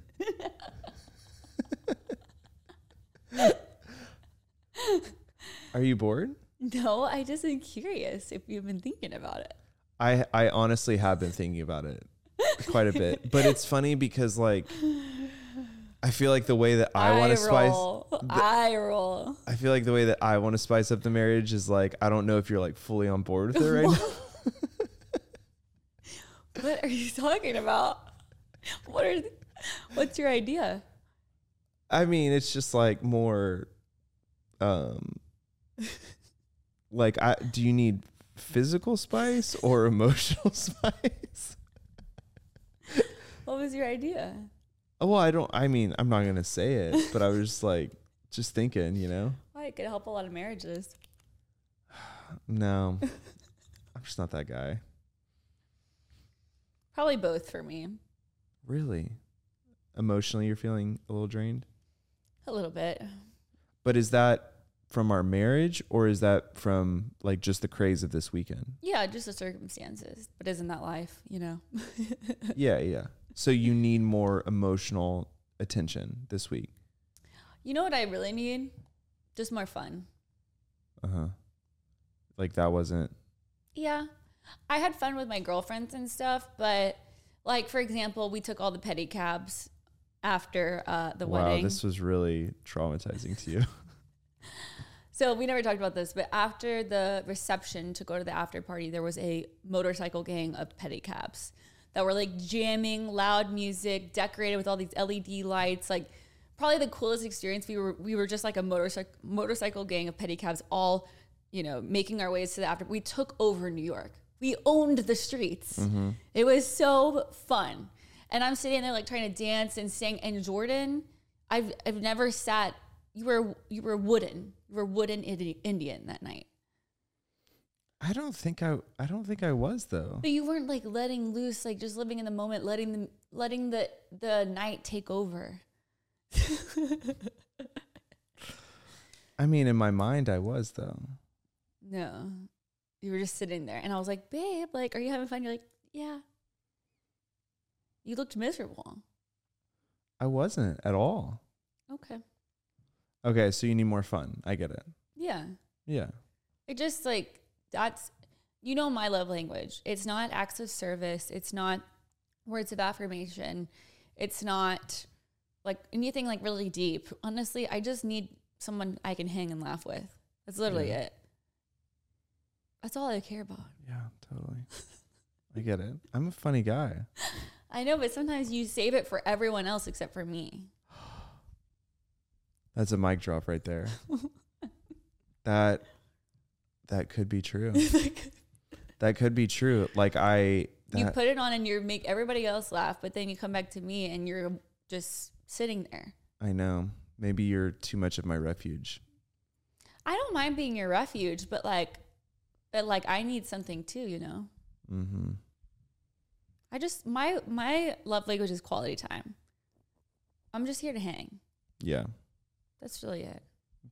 S2: Are you bored?
S1: no, I just am curious if you've been thinking about it.
S2: I I honestly have been thinking about it quite a bit, but it's funny because like I feel like the way that I want to spice
S1: roll. I roll.
S2: I feel like the way that I want to spice up the marriage is like I don't know if you're like fully on board with it right now.
S1: *laughs* What are you talking about? What are? th- what's your idea?
S2: I mean, it's just like more um like I do you need physical spice or *laughs* emotional spice?
S1: What was your idea?
S2: Oh, well, I don't I mean, I'm not going to say it, but I was just like just thinking, you know.
S1: Why it could help a lot of marriages.
S2: No. I'm just not that guy.
S1: Probably both for me.
S2: Really? Emotionally, you're feeling a little drained?
S1: A little bit.
S2: But is that from our marriage or is that from like just the craze of
S1: *laughs*
S2: this weekend?
S1: Yeah, just the circumstances. But isn't that life, you know?
S2: yeah, yeah. So you need more emotional attention this week.
S1: You know what I really need? Just more fun.
S2: Uh huh. Like that wasn't.
S1: Yeah. I had fun with my girlfriends and stuff, but like for example, we took all the pedicabs after uh, the
S2: wow,
S1: wedding.
S2: this was really traumatizing
S1: *laughs*
S2: to you.
S1: So we never talked about this, but after the reception to go to the after party, there was a motorcycle gang of pedicabs that were like jamming, loud music, decorated with all these LED lights. Like probably the coolest experience. We were we were just like a motorcycle motorcycle gang of pedicabs, all you know, making our ways to the after. We took over New York. We owned the streets. It was so fun. And I'm sitting there like trying to dance and sing. And Jordan, I've I've never sat you were you were wooden. You were wooden Indi- Indian that night.
S2: I don't think I. I don't think I was though.
S1: But you weren't like letting loose, like just living in the moment, letting the letting the the night take over.
S2: I mean, in my mind, I was though.
S1: No. You were just sitting there and I was like, "Babe, like are you having fun?" You're like, "Yeah." You looked miserable.
S2: I wasn't at all.
S1: Okay.
S2: Okay, so you need more fun. I get it.
S1: Yeah.
S2: Yeah.
S1: It just like that's you know my love language. It's not acts of service. It's not words of affirmation. It's not like anything like really deep. Honestly, I just need someone I can hang and laugh with. That's literally
S2: Yeah.
S1: it. That's all I care about. *laughs*
S2: Yeah, totally. I get it. I'm a funny guy.
S1: I know, but sometimes you save it for everyone else except for me.
S2: That's a mic drop right
S1: *laughs*
S2: there. that that could be true.
S1: *laughs*
S2: that could be true. Like I
S1: you
S2: that,
S1: put it on and you make everybody else laugh, but then you come back to me and you're just sitting there.
S2: I know. Maybe you're too much of my refuge.
S1: I don't mind being your refuge, but like, but like I need something too, you know.
S2: Mm-hmm.
S1: I just my my love language is quality time. I'm just here to hang.
S2: Yeah.
S1: That's really it.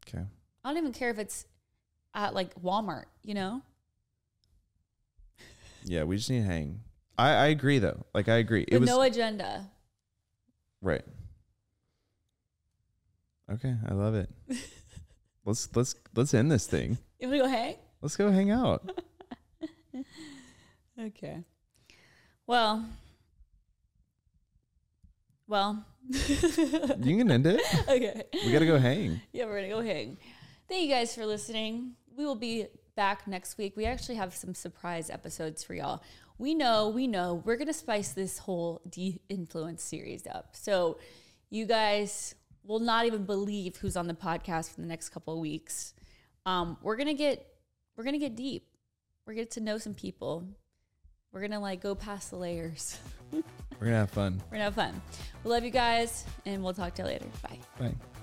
S2: Okay.
S1: I don't even care if it's at like Walmart, you know.
S2: Yeah, we just need to hang. I, I agree though. Like I agree.
S1: With no agenda. *laughs*
S2: Right. Okay, I love it. let's let's let's end this thing.
S1: You want to go hang?
S2: Let's go hang out.
S1: Okay. Well. Well. *laughs*
S2: You can end it.
S1: okay.
S2: We gotta go hang.
S1: Yeah, we're gonna go hang. Thank you guys for listening. We will be back next week. We actually have some surprise episodes for y'all. We know, we know, we're gonna spice this whole de-influence series up. So you guys will not even believe who's on the podcast for the next couple of weeks. Um, we're gonna get we're gonna get deep. We're gonna get to know some people. We're gonna like go past the layers.
S2: We're gonna have fun.
S1: We're gonna have fun. We love you guys and we'll talk to you later. Bye.
S2: Bye.